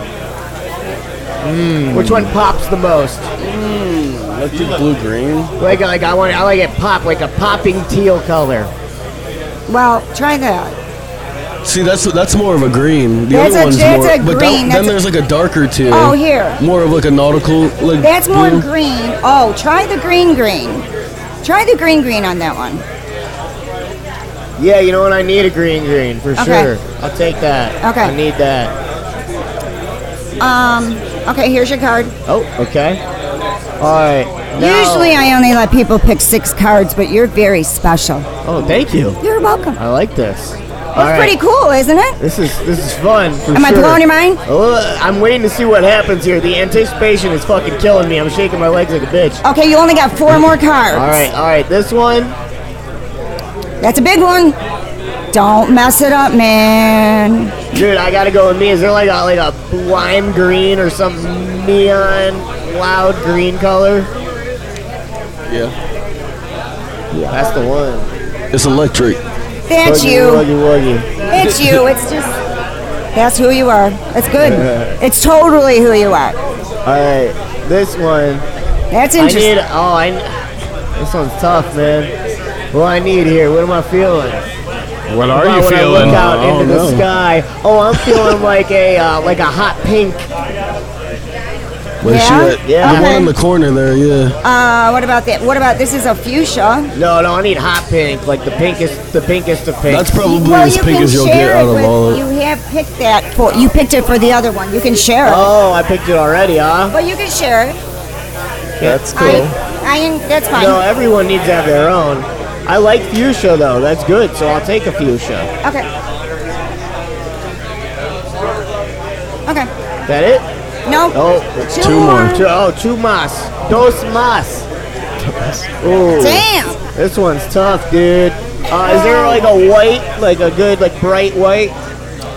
[SPEAKER 1] Which one pops the most?
[SPEAKER 2] Hmm, Electric blue green.
[SPEAKER 1] Like like I want I like it pop like a popping teal color.
[SPEAKER 5] Well, try that.
[SPEAKER 2] See, that's that's more of a green. The
[SPEAKER 5] That's
[SPEAKER 2] other
[SPEAKER 5] a-
[SPEAKER 2] one's
[SPEAKER 5] that's
[SPEAKER 2] more.
[SPEAKER 5] a
[SPEAKER 2] but
[SPEAKER 5] green,
[SPEAKER 2] that, then
[SPEAKER 5] that's a-
[SPEAKER 2] there's like a darker too.
[SPEAKER 5] Oh, here.
[SPEAKER 2] More of like a nautical. Like
[SPEAKER 5] That's more
[SPEAKER 2] blue.
[SPEAKER 5] green. Oh, try the green green. Try the green green on that one.
[SPEAKER 1] Yeah, you know what? I need a green green for
[SPEAKER 5] Okay.
[SPEAKER 1] sure. I'll take that.
[SPEAKER 5] Okay.
[SPEAKER 1] I need that.
[SPEAKER 5] Um. Okay. Here's your card.
[SPEAKER 1] Oh, okay. All right. now-
[SPEAKER 5] Usually I only let people pick six cards, but you're very special.
[SPEAKER 1] Oh, thank you.
[SPEAKER 5] You're welcome.
[SPEAKER 1] I like this. All
[SPEAKER 5] That's
[SPEAKER 1] right.
[SPEAKER 5] pretty cool, isn't it?
[SPEAKER 1] This is this is fun. For
[SPEAKER 5] Am I
[SPEAKER 1] sure.
[SPEAKER 5] blowing your mind?
[SPEAKER 1] Well, I'm waiting to see what happens here. The anticipation is fucking killing me. I'm shaking my legs like a bitch.
[SPEAKER 5] Okay, you only got four more cards.
[SPEAKER 1] All right, all right. This one.
[SPEAKER 5] That's a big one. Don't mess it up, man.
[SPEAKER 1] Dude, I gotta go with me. Is there like a like a lime green or some neon loud green color?
[SPEAKER 2] Yeah.
[SPEAKER 1] That's the one.
[SPEAKER 2] It's electric.
[SPEAKER 5] That's you.
[SPEAKER 1] Wuggy, wuggy.
[SPEAKER 5] It's you. It's just. That's who you are. That's good. It's totally who you are.
[SPEAKER 1] All right, this one.
[SPEAKER 5] That's
[SPEAKER 1] I need.
[SPEAKER 5] interesting.
[SPEAKER 1] Oh, I. This one's tough, man. What do I need here? What am I feeling?
[SPEAKER 4] What are
[SPEAKER 1] Wow,
[SPEAKER 4] you
[SPEAKER 1] when I
[SPEAKER 4] feeling?
[SPEAKER 1] look out
[SPEAKER 2] I
[SPEAKER 1] into
[SPEAKER 2] don't
[SPEAKER 1] the
[SPEAKER 2] know.
[SPEAKER 1] sky, oh, I'm feeling like a uh, like a hot pink.
[SPEAKER 2] Like
[SPEAKER 5] Yeah?
[SPEAKER 2] shit.
[SPEAKER 1] Yeah.
[SPEAKER 2] The one
[SPEAKER 5] Okay.
[SPEAKER 2] in the corner there. Yeah.
[SPEAKER 5] Uh, what about that? What about this? Is a fuchsia.
[SPEAKER 1] No, no, I need hot pink, like the pinkest, the pinkest of pink.
[SPEAKER 2] That's probably
[SPEAKER 5] well,
[SPEAKER 2] as
[SPEAKER 5] you
[SPEAKER 2] pink
[SPEAKER 5] can
[SPEAKER 2] as you'll
[SPEAKER 5] share
[SPEAKER 2] get out
[SPEAKER 5] it
[SPEAKER 2] of
[SPEAKER 5] with,
[SPEAKER 2] all of
[SPEAKER 5] You have picked that for. You picked it for the other one. You can share it.
[SPEAKER 1] oh, I picked it already, huh?
[SPEAKER 5] Well, you can share it.
[SPEAKER 1] That's
[SPEAKER 5] I, I, that's fine.
[SPEAKER 1] No, everyone needs to have their own. I like fuchsia though. That's good. So I'll take a fuchsia.
[SPEAKER 5] Okay. Okay.
[SPEAKER 1] That it?
[SPEAKER 5] No.
[SPEAKER 1] Oh,
[SPEAKER 5] Two,
[SPEAKER 2] two more.
[SPEAKER 1] two, oh, two mas, dos mas. Ooh,
[SPEAKER 5] Damn.
[SPEAKER 1] this one's tough, dude. Uh, is there like a white, like a good, like bright white?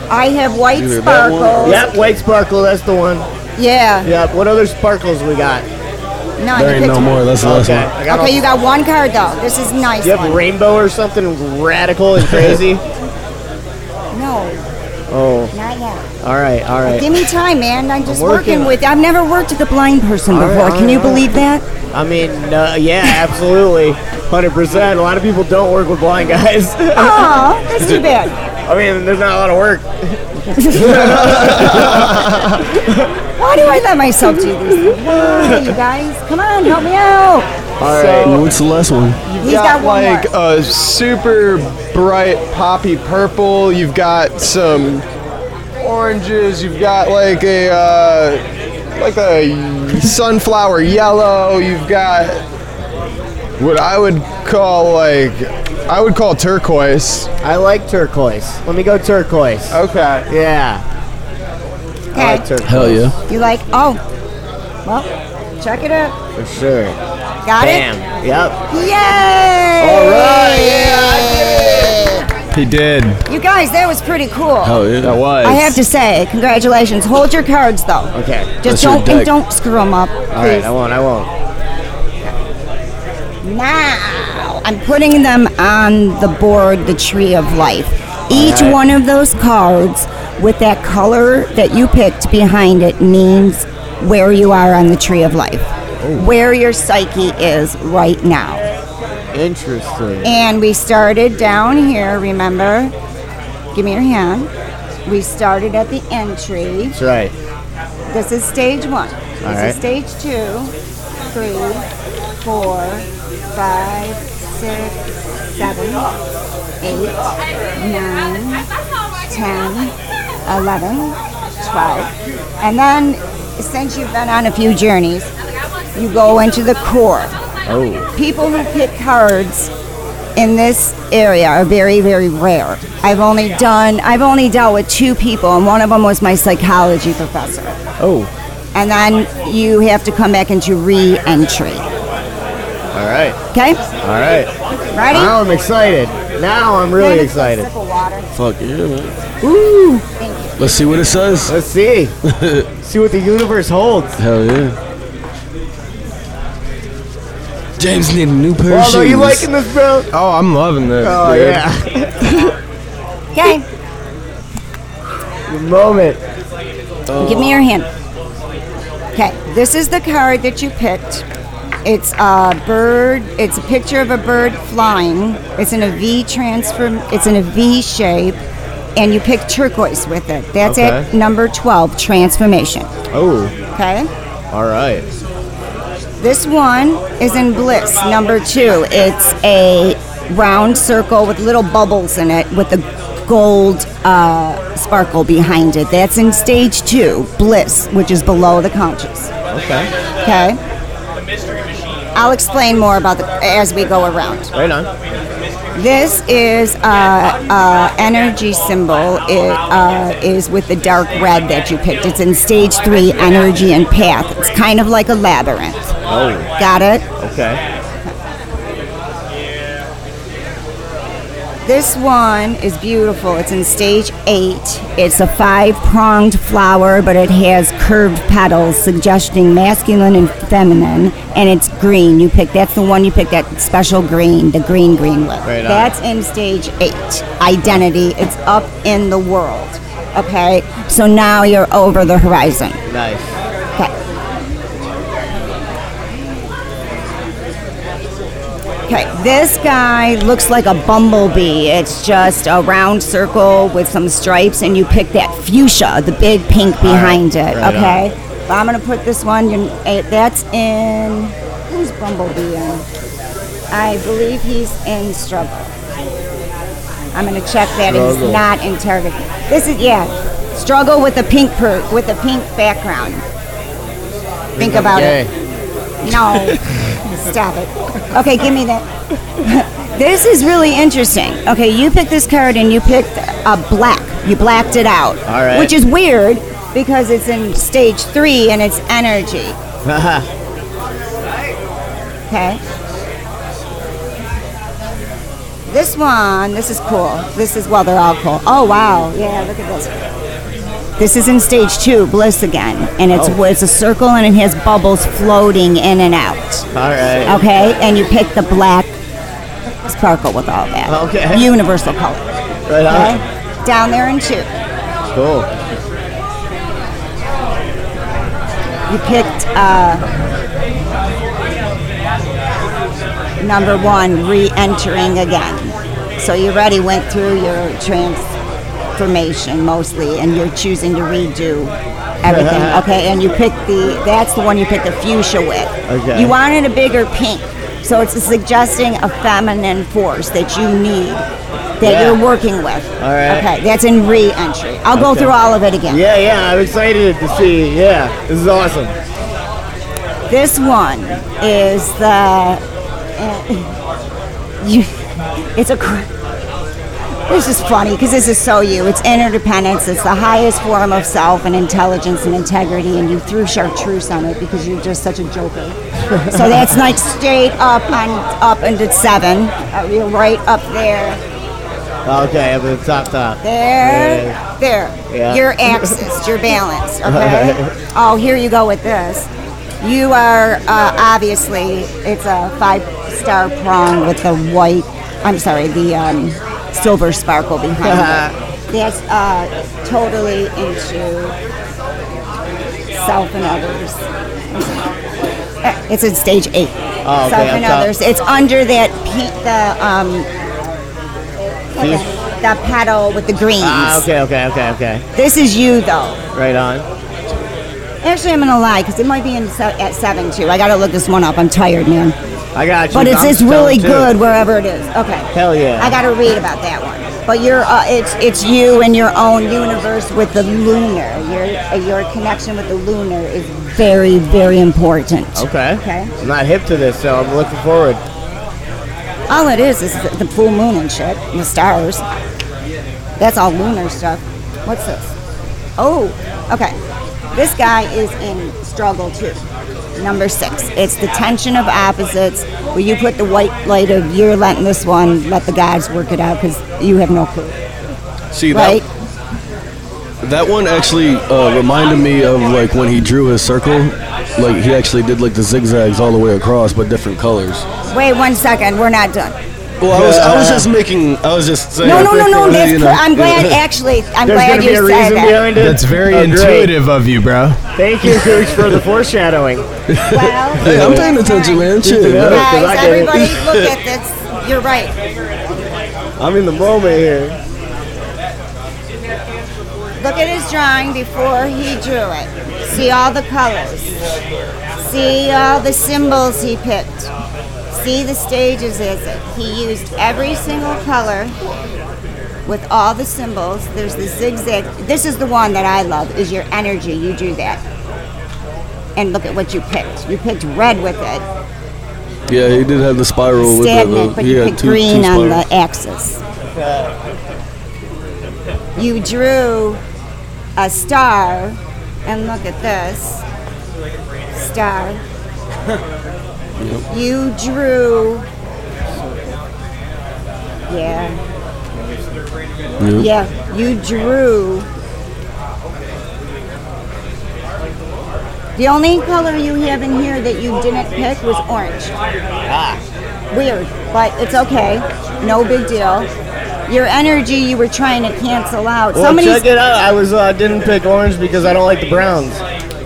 [SPEAKER 5] I have white
[SPEAKER 2] Either that one
[SPEAKER 5] sparkles.
[SPEAKER 1] Yep, white sparkle. That's the one.
[SPEAKER 5] Yeah.
[SPEAKER 1] Yep. What other sparkles we got?
[SPEAKER 5] No,
[SPEAKER 2] There
[SPEAKER 5] you
[SPEAKER 2] ain't no
[SPEAKER 5] picked
[SPEAKER 2] more.
[SPEAKER 5] one.
[SPEAKER 2] That's the last
[SPEAKER 1] Okay,
[SPEAKER 2] one.
[SPEAKER 1] I got. all-
[SPEAKER 5] Okay, you got one card though. This is nice
[SPEAKER 1] Do you have
[SPEAKER 5] one.
[SPEAKER 1] rainbow or something radical and crazy?
[SPEAKER 5] no,
[SPEAKER 1] oh,
[SPEAKER 5] not yet.
[SPEAKER 1] all right, all right.
[SPEAKER 5] Give me time, man. I'm just
[SPEAKER 1] working
[SPEAKER 5] working,
[SPEAKER 1] on
[SPEAKER 5] with. I've never worked with a blind person
[SPEAKER 1] All right,
[SPEAKER 5] before.
[SPEAKER 1] all
[SPEAKER 5] Can you
[SPEAKER 1] right, all
[SPEAKER 5] believe that?
[SPEAKER 1] I mean, uh, yeah, absolutely, hundred percent. A lot of people don't work with blind guys.
[SPEAKER 5] Oh, that's too bad.
[SPEAKER 1] I mean, there's not a lot of work.
[SPEAKER 5] Why do I let myself do this? Why, you guys? Come on, help me out.
[SPEAKER 1] All right.
[SPEAKER 2] them. What's the last one?
[SPEAKER 5] He's
[SPEAKER 3] got,
[SPEAKER 5] got one
[SPEAKER 3] like
[SPEAKER 5] more.
[SPEAKER 3] a super bright poppy purple. You've got some oranges. You've got like a uh, like a sunflower yellow. You've got what I would call like I would call turquoise.
[SPEAKER 1] I like turquoise. Let me go turquoise.
[SPEAKER 3] Okay.
[SPEAKER 1] Yeah, I like
[SPEAKER 5] Okay.
[SPEAKER 1] turquoise
[SPEAKER 2] Hell yeah.
[SPEAKER 5] You like? Oh, well, check it out.
[SPEAKER 1] for sure.
[SPEAKER 5] Got it.
[SPEAKER 1] Bam. Yep.
[SPEAKER 5] Yay!
[SPEAKER 1] All right. Yeah. I did it.
[SPEAKER 3] He did.
[SPEAKER 5] You guys, that was pretty cool.
[SPEAKER 2] Hell yeah.
[SPEAKER 3] That was.
[SPEAKER 5] I have to say, congratulations. Hold your cards though.
[SPEAKER 1] Okay.
[SPEAKER 2] That's
[SPEAKER 5] Just
[SPEAKER 2] your
[SPEAKER 5] don't and
[SPEAKER 2] deck.
[SPEAKER 5] don't screw them up.
[SPEAKER 1] All right. I won't. I won't.
[SPEAKER 5] Now I'm putting them on the board, the tree of life. Each one of those cards with that color that you picked behind it means where you are on the tree of life.
[SPEAKER 1] Oh.
[SPEAKER 5] Where your psyche is right now.
[SPEAKER 1] Interesting.
[SPEAKER 5] And we started down here, remember? Give me your hand. We started at the entry.
[SPEAKER 1] That's right.
[SPEAKER 5] This is stage one. This
[SPEAKER 1] right.
[SPEAKER 5] is stage two, three, four, five, six, seven, eight, nine, ten, eleven, twelve. And then, since you've been on a few journeys, you go into the core.
[SPEAKER 1] Oh.
[SPEAKER 5] People who pick cards in this area are very, very rare. I've only done, I've only dealt with two people, and one of them was my psychology professor.
[SPEAKER 6] Oh,
[SPEAKER 5] And then you have to come back into re-entry.
[SPEAKER 6] all right,
[SPEAKER 5] Okay,
[SPEAKER 6] all right.
[SPEAKER 5] ready?
[SPEAKER 6] Now I'm excited. Now I'm really excited.
[SPEAKER 2] Fuck yeah, man. Woo! Let's see what it says.
[SPEAKER 6] Let's see. see what the universe holds.
[SPEAKER 2] Hell yeah. James need a new pair of
[SPEAKER 6] Waldo,
[SPEAKER 1] Oh,
[SPEAKER 2] shoes.
[SPEAKER 6] you liking this, bro?
[SPEAKER 3] Oh, I'm loving this.
[SPEAKER 6] Oh
[SPEAKER 3] dude.
[SPEAKER 6] yeah.
[SPEAKER 5] Okay,
[SPEAKER 6] The moment.
[SPEAKER 5] give me your hand. Okay, this is the card that you picked. It's a bird. It's a picture of a bird flying. It's in a V transform. It's in a V shape, and you pick turquoise with it. That's at
[SPEAKER 6] Okay.
[SPEAKER 5] number twelve, transformation.
[SPEAKER 6] Oh,
[SPEAKER 5] Okay.
[SPEAKER 6] all right.
[SPEAKER 5] This one is in Bliss, number two. It's a round circle with little bubbles in it with a gold uh, sparkle behind it. That's in stage two, Bliss, which is below the conscious.
[SPEAKER 6] Okay.
[SPEAKER 5] Okay? I'll explain more about the as we go around.
[SPEAKER 6] Right on.
[SPEAKER 5] This is uh, uh, energy symbol. It uh, is with the dark red that you picked. It's in stage three, energy and path. It's kind of like a labyrinth.
[SPEAKER 6] Oh,
[SPEAKER 5] Got it?
[SPEAKER 6] okay.
[SPEAKER 5] This one is beautiful. It's in stage eight. It's a five pronged flower, but it has curved petals suggesting masculine and feminine, and it's green. You pick that's the one you picked that special green, the green green one.
[SPEAKER 6] Right on.
[SPEAKER 5] that's in stage eight. Identity. It's up in the world. Okay, so now you're over the horizon.
[SPEAKER 6] Nice.
[SPEAKER 5] Okay. Okay, this guy looks like a bumblebee. It's just a round circle with some stripes, and you pick that fuchsia, the big pink behind it.
[SPEAKER 6] right
[SPEAKER 5] okay, Well, I'm gonna put this one. In, eh, that's in who's bumblebee in? I believe he's in struggle. I'm gonna check that he's not in target. This is yeah, struggle with a pink per, with a pink background. Think about it.
[SPEAKER 6] Okay.
[SPEAKER 5] No. Stop it. Okay, give me that. this is really interesting. Okay, you picked this card and you picked a black. You blacked it out.
[SPEAKER 6] All right.
[SPEAKER 5] Which is weird because it's in stage three and it's energy. Okay. This one, this is cool. This is, well, they're all cool. Oh, wow. Yeah, look at this. This is in stage two, bliss again, and it's
[SPEAKER 6] Oh.
[SPEAKER 5] it's a circle and it has bubbles floating in and out.
[SPEAKER 6] All right.
[SPEAKER 5] Okay, and you pick the black sparkle with all that.
[SPEAKER 6] Okay.
[SPEAKER 5] Universal color.
[SPEAKER 6] Right
[SPEAKER 5] Okay.
[SPEAKER 6] on.
[SPEAKER 5] Down there in two,
[SPEAKER 6] Cool.
[SPEAKER 5] you picked uh, number one, re-entering again. So you already went through your transformation mostly, and you're choosing to redo everything. Okay, and you picked the that's the one you picked the fuchsia with.
[SPEAKER 6] Okay.
[SPEAKER 5] You wanted a bigger pink, so it's suggesting a feminine force that you need. That
[SPEAKER 6] Yeah.
[SPEAKER 5] you're working with.
[SPEAKER 6] All right.
[SPEAKER 5] Okay, that's in re-entry. I'll go through all of it again.
[SPEAKER 6] Yeah, yeah. I'm excited to see. Yeah, this is awesome.
[SPEAKER 5] This one is the. uh, you, it's a. cr- This is funny because this is so you. It's interdependence. It's the highest form of self and intelligence and integrity, and you threw chartreuse on it because you're just such a joker. so that's like straight up and up into seven. Uh, You're right up there.
[SPEAKER 6] Okay, I'm at the top top.
[SPEAKER 5] There, there.
[SPEAKER 6] Yeah.
[SPEAKER 5] Your axis, your balance. Okay. oh, here you go with this. You are uh, obviously it's a five-star prong with the white. I'm sorry, the um, silver sparkle
[SPEAKER 6] Uh-huh.
[SPEAKER 5] behind it. That's uh, totally into self and others. Uh, It's in stage eight.
[SPEAKER 6] Oh, okay,
[SPEAKER 5] self and
[SPEAKER 6] up top.
[SPEAKER 5] others. It's under that pe- the um,
[SPEAKER 6] Peach?
[SPEAKER 5] the petal with the greens.
[SPEAKER 6] Ah, okay, okay, okay, okay.
[SPEAKER 5] This is you, though.
[SPEAKER 6] Right on.
[SPEAKER 5] Actually, I'm gonna lie because it might be in se- at seven too. I gotta look this one up. I'm tired, man.
[SPEAKER 6] I got you.
[SPEAKER 5] But it's
[SPEAKER 6] I'm
[SPEAKER 5] it's really
[SPEAKER 6] stoned, too.
[SPEAKER 5] good wherever it is. Okay.
[SPEAKER 6] Hell yeah.
[SPEAKER 5] I gotta read about that one. But you're uh, it's it's you and your own universe with the lunar. Your uh, your connection with the lunar is very very important.
[SPEAKER 6] Okay.
[SPEAKER 5] Okay.
[SPEAKER 6] I'm not hip to this, so I'm looking forward.
[SPEAKER 5] All it is is the full moon and shit, and the stars. That's all lunar stuff. What's this? Oh, okay. This guy is in struggle too. Number six. It's the tension of opposites, where you put the white light of you're letting this one, let the gods work it out because you have no clue,
[SPEAKER 2] See
[SPEAKER 5] right?
[SPEAKER 2] that that one actually uh, reminded me of like when he drew his circle. Like he actually did like the zigzags all the way across, but different colors.
[SPEAKER 5] Wait one second, we're not done.
[SPEAKER 1] Oh,
[SPEAKER 2] Well, I was, I was just making, I was just saying.
[SPEAKER 5] No, no, no, no.
[SPEAKER 2] you
[SPEAKER 5] That's
[SPEAKER 2] know.
[SPEAKER 5] cor- I'm glad. Actually, I'm
[SPEAKER 1] There's
[SPEAKER 5] glad
[SPEAKER 1] gonna be
[SPEAKER 5] you
[SPEAKER 1] a
[SPEAKER 5] said
[SPEAKER 1] reason
[SPEAKER 5] that.
[SPEAKER 1] behind it.
[SPEAKER 3] That's very
[SPEAKER 1] Oh, great.
[SPEAKER 3] intuitive of you, bro.
[SPEAKER 1] Thank you, Gooch, for the foreshadowing.
[SPEAKER 5] Well,
[SPEAKER 2] Hey, I'm paying attention, man. Shit,
[SPEAKER 1] Yeah.
[SPEAKER 2] man.
[SPEAKER 1] Because I
[SPEAKER 5] Guys,
[SPEAKER 1] get it.
[SPEAKER 5] everybody, look at this. You're right.
[SPEAKER 6] I'm in the moment here.
[SPEAKER 5] Look at his drawing before he drew it. See all the colors. See all the symbols he picked. See the stages as it. He used every single color with all the symbols. There's the zigzag. This is the one that I love. Is your energy? You do that. And look at what you picked. You picked red with it.
[SPEAKER 2] Yeah, he did have the spiral with the.
[SPEAKER 5] stagnant,
[SPEAKER 2] the
[SPEAKER 5] but
[SPEAKER 2] he
[SPEAKER 5] you
[SPEAKER 2] had
[SPEAKER 5] put
[SPEAKER 2] two,
[SPEAKER 5] green
[SPEAKER 2] two
[SPEAKER 5] on
[SPEAKER 2] spirals.
[SPEAKER 5] the axis. You drew a star, and look at this star. You drew. Yeah,
[SPEAKER 2] Yeah.
[SPEAKER 5] yeah. You drew. The only color you have in here that you didn't pick was orange
[SPEAKER 6] Ah.
[SPEAKER 5] weird, but it's okay. No big deal. Your energy you were trying to cancel out.
[SPEAKER 6] Well,
[SPEAKER 5] Somebody's
[SPEAKER 6] Oh, check it out. I was uh, I didn't pick orange because I don't like the Browns.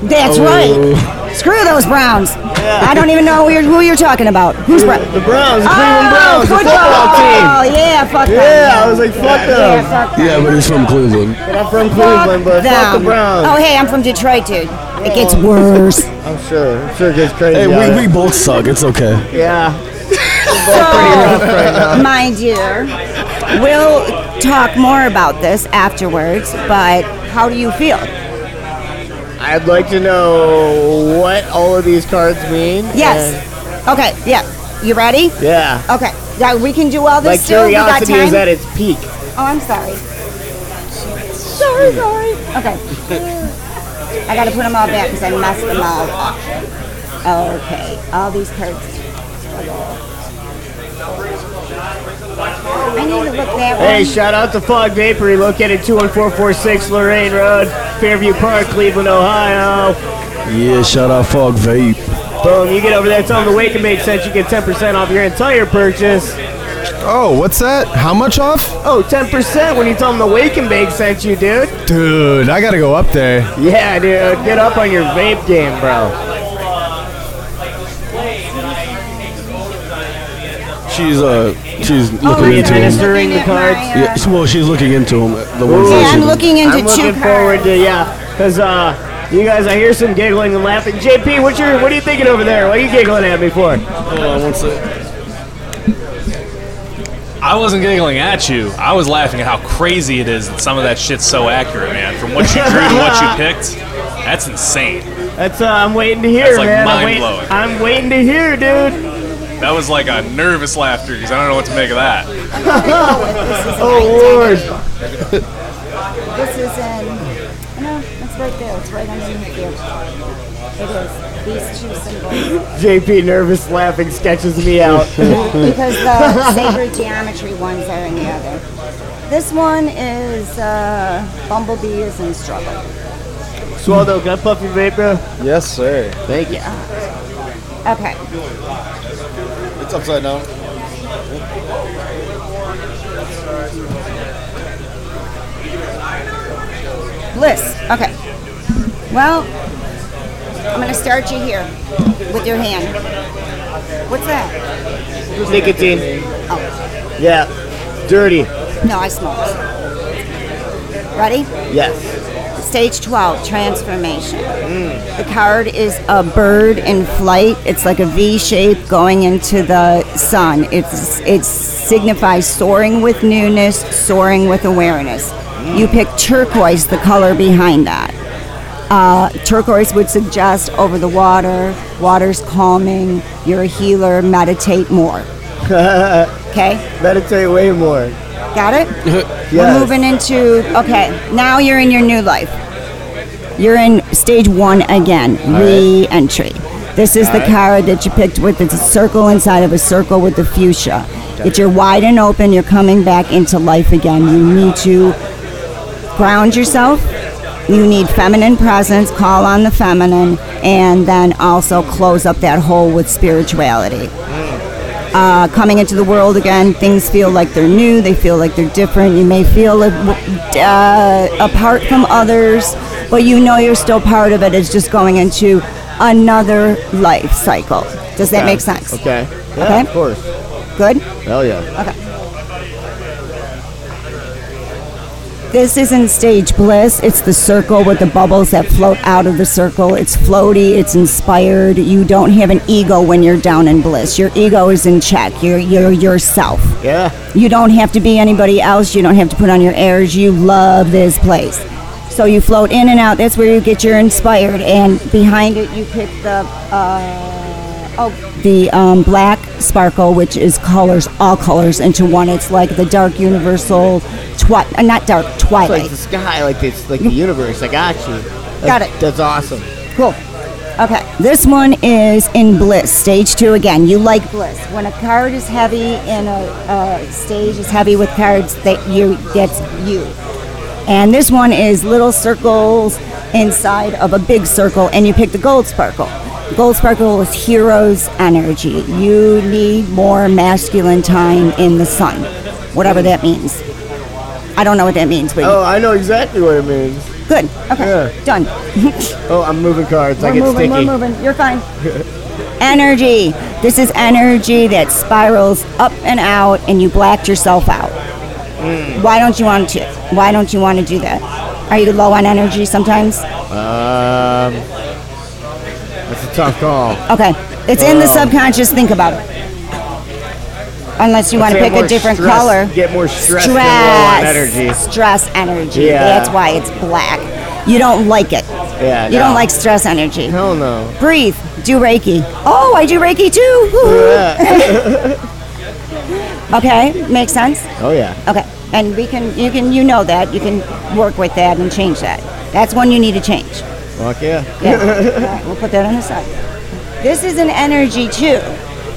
[SPEAKER 5] that's
[SPEAKER 6] Oh.
[SPEAKER 5] right. Screw those Browns. I don't even know who you're, who you're talking about. Who's Brown?
[SPEAKER 6] The Browns, the Cleveland
[SPEAKER 5] Oh,
[SPEAKER 6] Browns, the
[SPEAKER 5] football.
[SPEAKER 6] football team.
[SPEAKER 5] Oh, yeah, fuck them.
[SPEAKER 6] Yeah, I was like, fuck
[SPEAKER 5] yeah,
[SPEAKER 6] them.
[SPEAKER 5] fuck them.
[SPEAKER 2] Yeah, but he's from Cleveland.
[SPEAKER 6] I'm from
[SPEAKER 5] Fuck
[SPEAKER 6] Cleveland, but fuck
[SPEAKER 5] them.
[SPEAKER 6] the Browns.
[SPEAKER 5] Oh, hey, I'm from Detroit, dude. It gets worse.
[SPEAKER 6] I'm sure. I'm sure it gets crazy.
[SPEAKER 2] Hey,
[SPEAKER 6] out
[SPEAKER 2] we, we both suck. It's okay.
[SPEAKER 6] there. yeah.
[SPEAKER 5] So, my dear, we'll talk more about this afterwards, but how do you feel?
[SPEAKER 6] I'd like to know what all of these cards mean.
[SPEAKER 5] Yes.
[SPEAKER 6] and-
[SPEAKER 5] Okay, yeah. You ready?
[SPEAKER 6] yeah.
[SPEAKER 5] Okay. Now we can do all this
[SPEAKER 6] Like
[SPEAKER 5] still. We got
[SPEAKER 6] curiosity
[SPEAKER 5] time.
[SPEAKER 6] is at its peak.
[SPEAKER 5] oh, I'm sorry. Sorry, sorry. Okay. I gotta put them all back because I messed them all up. Okay. All these cards. I need to look that
[SPEAKER 1] Hey,
[SPEAKER 5] way.
[SPEAKER 1] shout out to Fog Vapory, located 21446 Lorraine Road, Fairview Park, Cleveland, Ohio.
[SPEAKER 2] Yeah, shout out Fog Vape.
[SPEAKER 1] Boom, you get over there, tell them the Wake and Bake sent you, get 10% off your entire purchase.
[SPEAKER 3] Oh, what's that? How much off?
[SPEAKER 1] Oh, 10% when you tell them the Wake and Bake sent you, dude.
[SPEAKER 3] Dude, I gotta go up there.
[SPEAKER 1] Yeah, dude, get up on your vape game, bro.
[SPEAKER 2] She's uh, she's
[SPEAKER 5] I'm
[SPEAKER 2] looking into him.
[SPEAKER 1] administer-
[SPEAKER 5] Oh, looking
[SPEAKER 1] the
[SPEAKER 5] at
[SPEAKER 1] cards.
[SPEAKER 5] my, uh,
[SPEAKER 2] Yeah, she- well, she's looking into him. The ones
[SPEAKER 5] yeah,
[SPEAKER 2] that
[SPEAKER 5] I'm
[SPEAKER 2] she-
[SPEAKER 5] looking into
[SPEAKER 1] I'm
[SPEAKER 5] two
[SPEAKER 1] looking
[SPEAKER 5] cards.
[SPEAKER 1] forward to, yeah, because, uh, you guys, I hear some giggling and laughing. JP, what's your, what are you thinking over there? What are you giggling at me for?
[SPEAKER 2] Hold on one sec.
[SPEAKER 4] I wasn't giggling at you. I was laughing at how crazy it is that some of that shit's so accurate, man. From what you drew to what you picked, that's insane.
[SPEAKER 1] That's, uh, I'm waiting to hear,
[SPEAKER 4] That's, like,
[SPEAKER 1] man. I'm,
[SPEAKER 4] mind-blowing.
[SPEAKER 1] wait- I'm waiting to hear, dude.
[SPEAKER 4] That was like a nervous laughter because I don't know what to make of that.
[SPEAKER 1] Oh, Lord.
[SPEAKER 5] This is in. No, it's right there. It's right underneath you. It is. These two symbols.
[SPEAKER 1] JP, nervous laughing, sketches me out.
[SPEAKER 5] because the sacred geometry ones are in the other. This one is uh, Bumblebee is in struggle.
[SPEAKER 1] Swallow, can I puff your vape, bro?
[SPEAKER 3] Yes, sir.
[SPEAKER 1] Thank you.
[SPEAKER 5] Uh, Okay.
[SPEAKER 3] It's upside down.
[SPEAKER 5] Bliss. Okay. Well, I'm going to start you here with your hand. What's that?
[SPEAKER 1] Nicotine. Yeah. Dirty.
[SPEAKER 5] No, I smoked. Ready?
[SPEAKER 1] Yes.
[SPEAKER 5] Stage 12, transformation. The card is a bird in flight. It's like a V shape going into the sun. It's it signifies soaring with newness, soaring with awareness. You pick turquoise, the color behind that. Uh, turquoise would suggest over the water, water's calming, you're a healer, meditate more. Okay,
[SPEAKER 6] Meditate way more.
[SPEAKER 5] got it?
[SPEAKER 6] Yes.
[SPEAKER 5] We're moving into, okay, now you're in your new life. You're in stage one again, re entry. This is the card that you picked with the circle inside of a circle with the fuchsia. That you're wide and open, you're coming back into life again. You need to ground yourself. You need feminine presence, call on the feminine, and then also close up that hole with spirituality uh, coming into the world again, things feel like they're new, they feel like they're different. You may feel uh, apart from others, but you know you're still part of it. It's just going into another life cycle. Does that make sense?
[SPEAKER 6] Okay. Yeah,
[SPEAKER 5] Okay.
[SPEAKER 6] of course.
[SPEAKER 5] Good?
[SPEAKER 6] Hell yeah.
[SPEAKER 5] This isn't stage bliss. It's the circle with the bubbles that float out of the circle. It's floaty. It's inspired. You don't have an ego when you're down in bliss. Your ego is in check. You're, you're yourself.
[SPEAKER 6] Yeah.
[SPEAKER 5] You don't have to be anybody else. You don't have to put on your airs. You love this place. So you float in and out. That's where you get your inspired. And behind it, you pick the uh, oh the um, black sparkle, which is colors, all colors into one. It's like the dark universal, twi- uh, not dark
[SPEAKER 6] It's
[SPEAKER 5] twilight.
[SPEAKER 6] like the sky, like it's like the universe. I got you. That's,
[SPEAKER 5] Got it.
[SPEAKER 6] That's awesome.
[SPEAKER 5] Cool. Okay, this one is in bliss, stage two again. You like bliss. When a card is heavy and a, a stage is heavy with cards, that you that's you. And this one is little circles inside of a big circle, and you pick the gold sparkle. Gold sparkle is hero's energy. You need more masculine time in the sun, whatever that means. I don't know what that means, but
[SPEAKER 6] Oh, I know exactly what it means.
[SPEAKER 5] good. Okay, done.
[SPEAKER 6] Oh, I'm moving cards. I
[SPEAKER 5] We're
[SPEAKER 6] get
[SPEAKER 5] moving,
[SPEAKER 6] sticky.
[SPEAKER 5] we're moving. You're fine. energy. This is energy that spirals up and out, and you blacked yourself out. Why don't you want to? Why don't you want to do that? Are you low on energy sometimes?
[SPEAKER 6] Um, that's a tough call.
[SPEAKER 5] Okay, it's in
[SPEAKER 6] Um,
[SPEAKER 5] the subconscious. Think about it. Unless you want to
[SPEAKER 6] Get
[SPEAKER 5] pick
[SPEAKER 6] more
[SPEAKER 5] a different
[SPEAKER 6] stress-
[SPEAKER 5] color.
[SPEAKER 6] Get more stress, than
[SPEAKER 5] stress
[SPEAKER 6] low on energy.
[SPEAKER 5] Stress energy.
[SPEAKER 6] Yeah.
[SPEAKER 5] That's why it's black. You don't like it.
[SPEAKER 6] Yeah,
[SPEAKER 5] You don't
[SPEAKER 6] no.
[SPEAKER 5] like stress energy.
[SPEAKER 6] Hell no.
[SPEAKER 5] Breathe. Do Reiki. Oh, I do Reiki too. Woo-hoo.
[SPEAKER 6] Yeah.
[SPEAKER 5] okay, makes sense.
[SPEAKER 6] Oh yeah.
[SPEAKER 5] Okay, and we can, you can, you know that you can work with that and change that. That's one you need to change.
[SPEAKER 6] Fuck yeah.
[SPEAKER 5] Yeah. All right, we'll put that on the side. This is an energy too,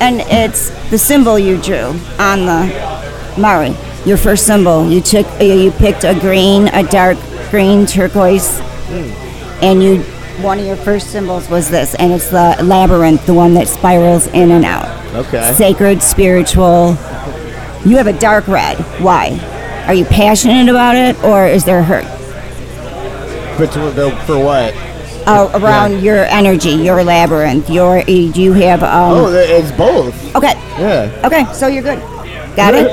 [SPEAKER 5] and it's the symbol you drew on the Mari. Your first symbol. You took, you you picked a green, a dark green, turquoise, and you. One of your first symbols was this, and it's the labyrinth, the one that spirals in and out.
[SPEAKER 6] Okay.
[SPEAKER 5] Sacred, spiritual. You have a dark red. Why? Are you passionate about it, or is there hurt?
[SPEAKER 6] But to, though, for what?
[SPEAKER 5] uh, around your energy, your labyrinth, your you have
[SPEAKER 6] Oh,
[SPEAKER 5] um
[SPEAKER 6] th- it's both.
[SPEAKER 5] okay.
[SPEAKER 6] Yeah.
[SPEAKER 5] Okay, so you're good. Got it?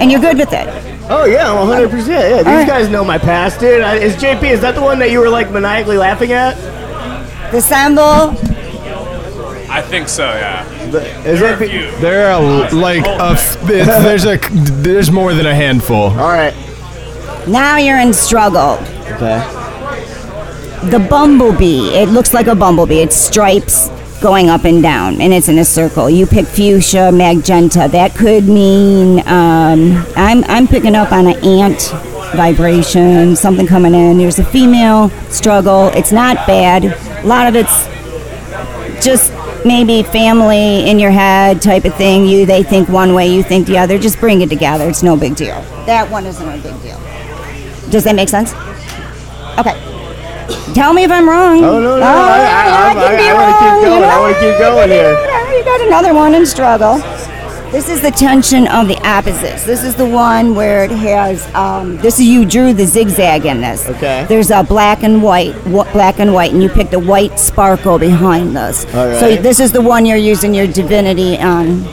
[SPEAKER 5] And you're good with it.
[SPEAKER 6] Oh yeah, I'm
[SPEAKER 1] Um,
[SPEAKER 6] 100. percent Yeah, these
[SPEAKER 5] Alright.
[SPEAKER 6] guys know my past, dude. I, is JP? Is that the one that you were like maniacally laughing at?
[SPEAKER 5] The symbol
[SPEAKER 4] I think so, yeah.
[SPEAKER 6] The-
[SPEAKER 4] There are
[SPEAKER 6] Is that?
[SPEAKER 4] a
[SPEAKER 6] the-
[SPEAKER 4] few.
[SPEAKER 3] There are like a f- it's- there's a there's more than a handful.
[SPEAKER 6] All right.
[SPEAKER 5] now you're in struggle.
[SPEAKER 6] Okay.
[SPEAKER 5] The bumblebee, it looks like a bumblebee. It's stripes going up and down and it's in a circle. You pick fuchsia, magenta. That could mean um, I'm I'm picking up on an ant vibration, something coming in. There's a female struggle. It's not bad. A lot of it's just maybe family in your head type of thing. You they think one way, you think the other. Just bring it together. It's no big deal. That one isn't a big deal. Does that make sense? Okay. Tell me if I'm wrong.
[SPEAKER 6] Oh no
[SPEAKER 5] Oh,
[SPEAKER 6] no! I, I,
[SPEAKER 5] yeah,
[SPEAKER 6] I, I,
[SPEAKER 5] could be
[SPEAKER 6] want
[SPEAKER 5] wrong,
[SPEAKER 6] to keep
[SPEAKER 5] you
[SPEAKER 6] going. I
[SPEAKER 5] know?
[SPEAKER 6] want to keep going here.
[SPEAKER 5] You got another one in struggle. This is the tension of the opposites. This is the one where it has. Um, this is you drew the zigzag in this.
[SPEAKER 6] Okay.
[SPEAKER 5] There's a black and white, wh- black and white, and you picked a white sparkle behind this.
[SPEAKER 6] All right.
[SPEAKER 5] So this is the one you're using your divinity on.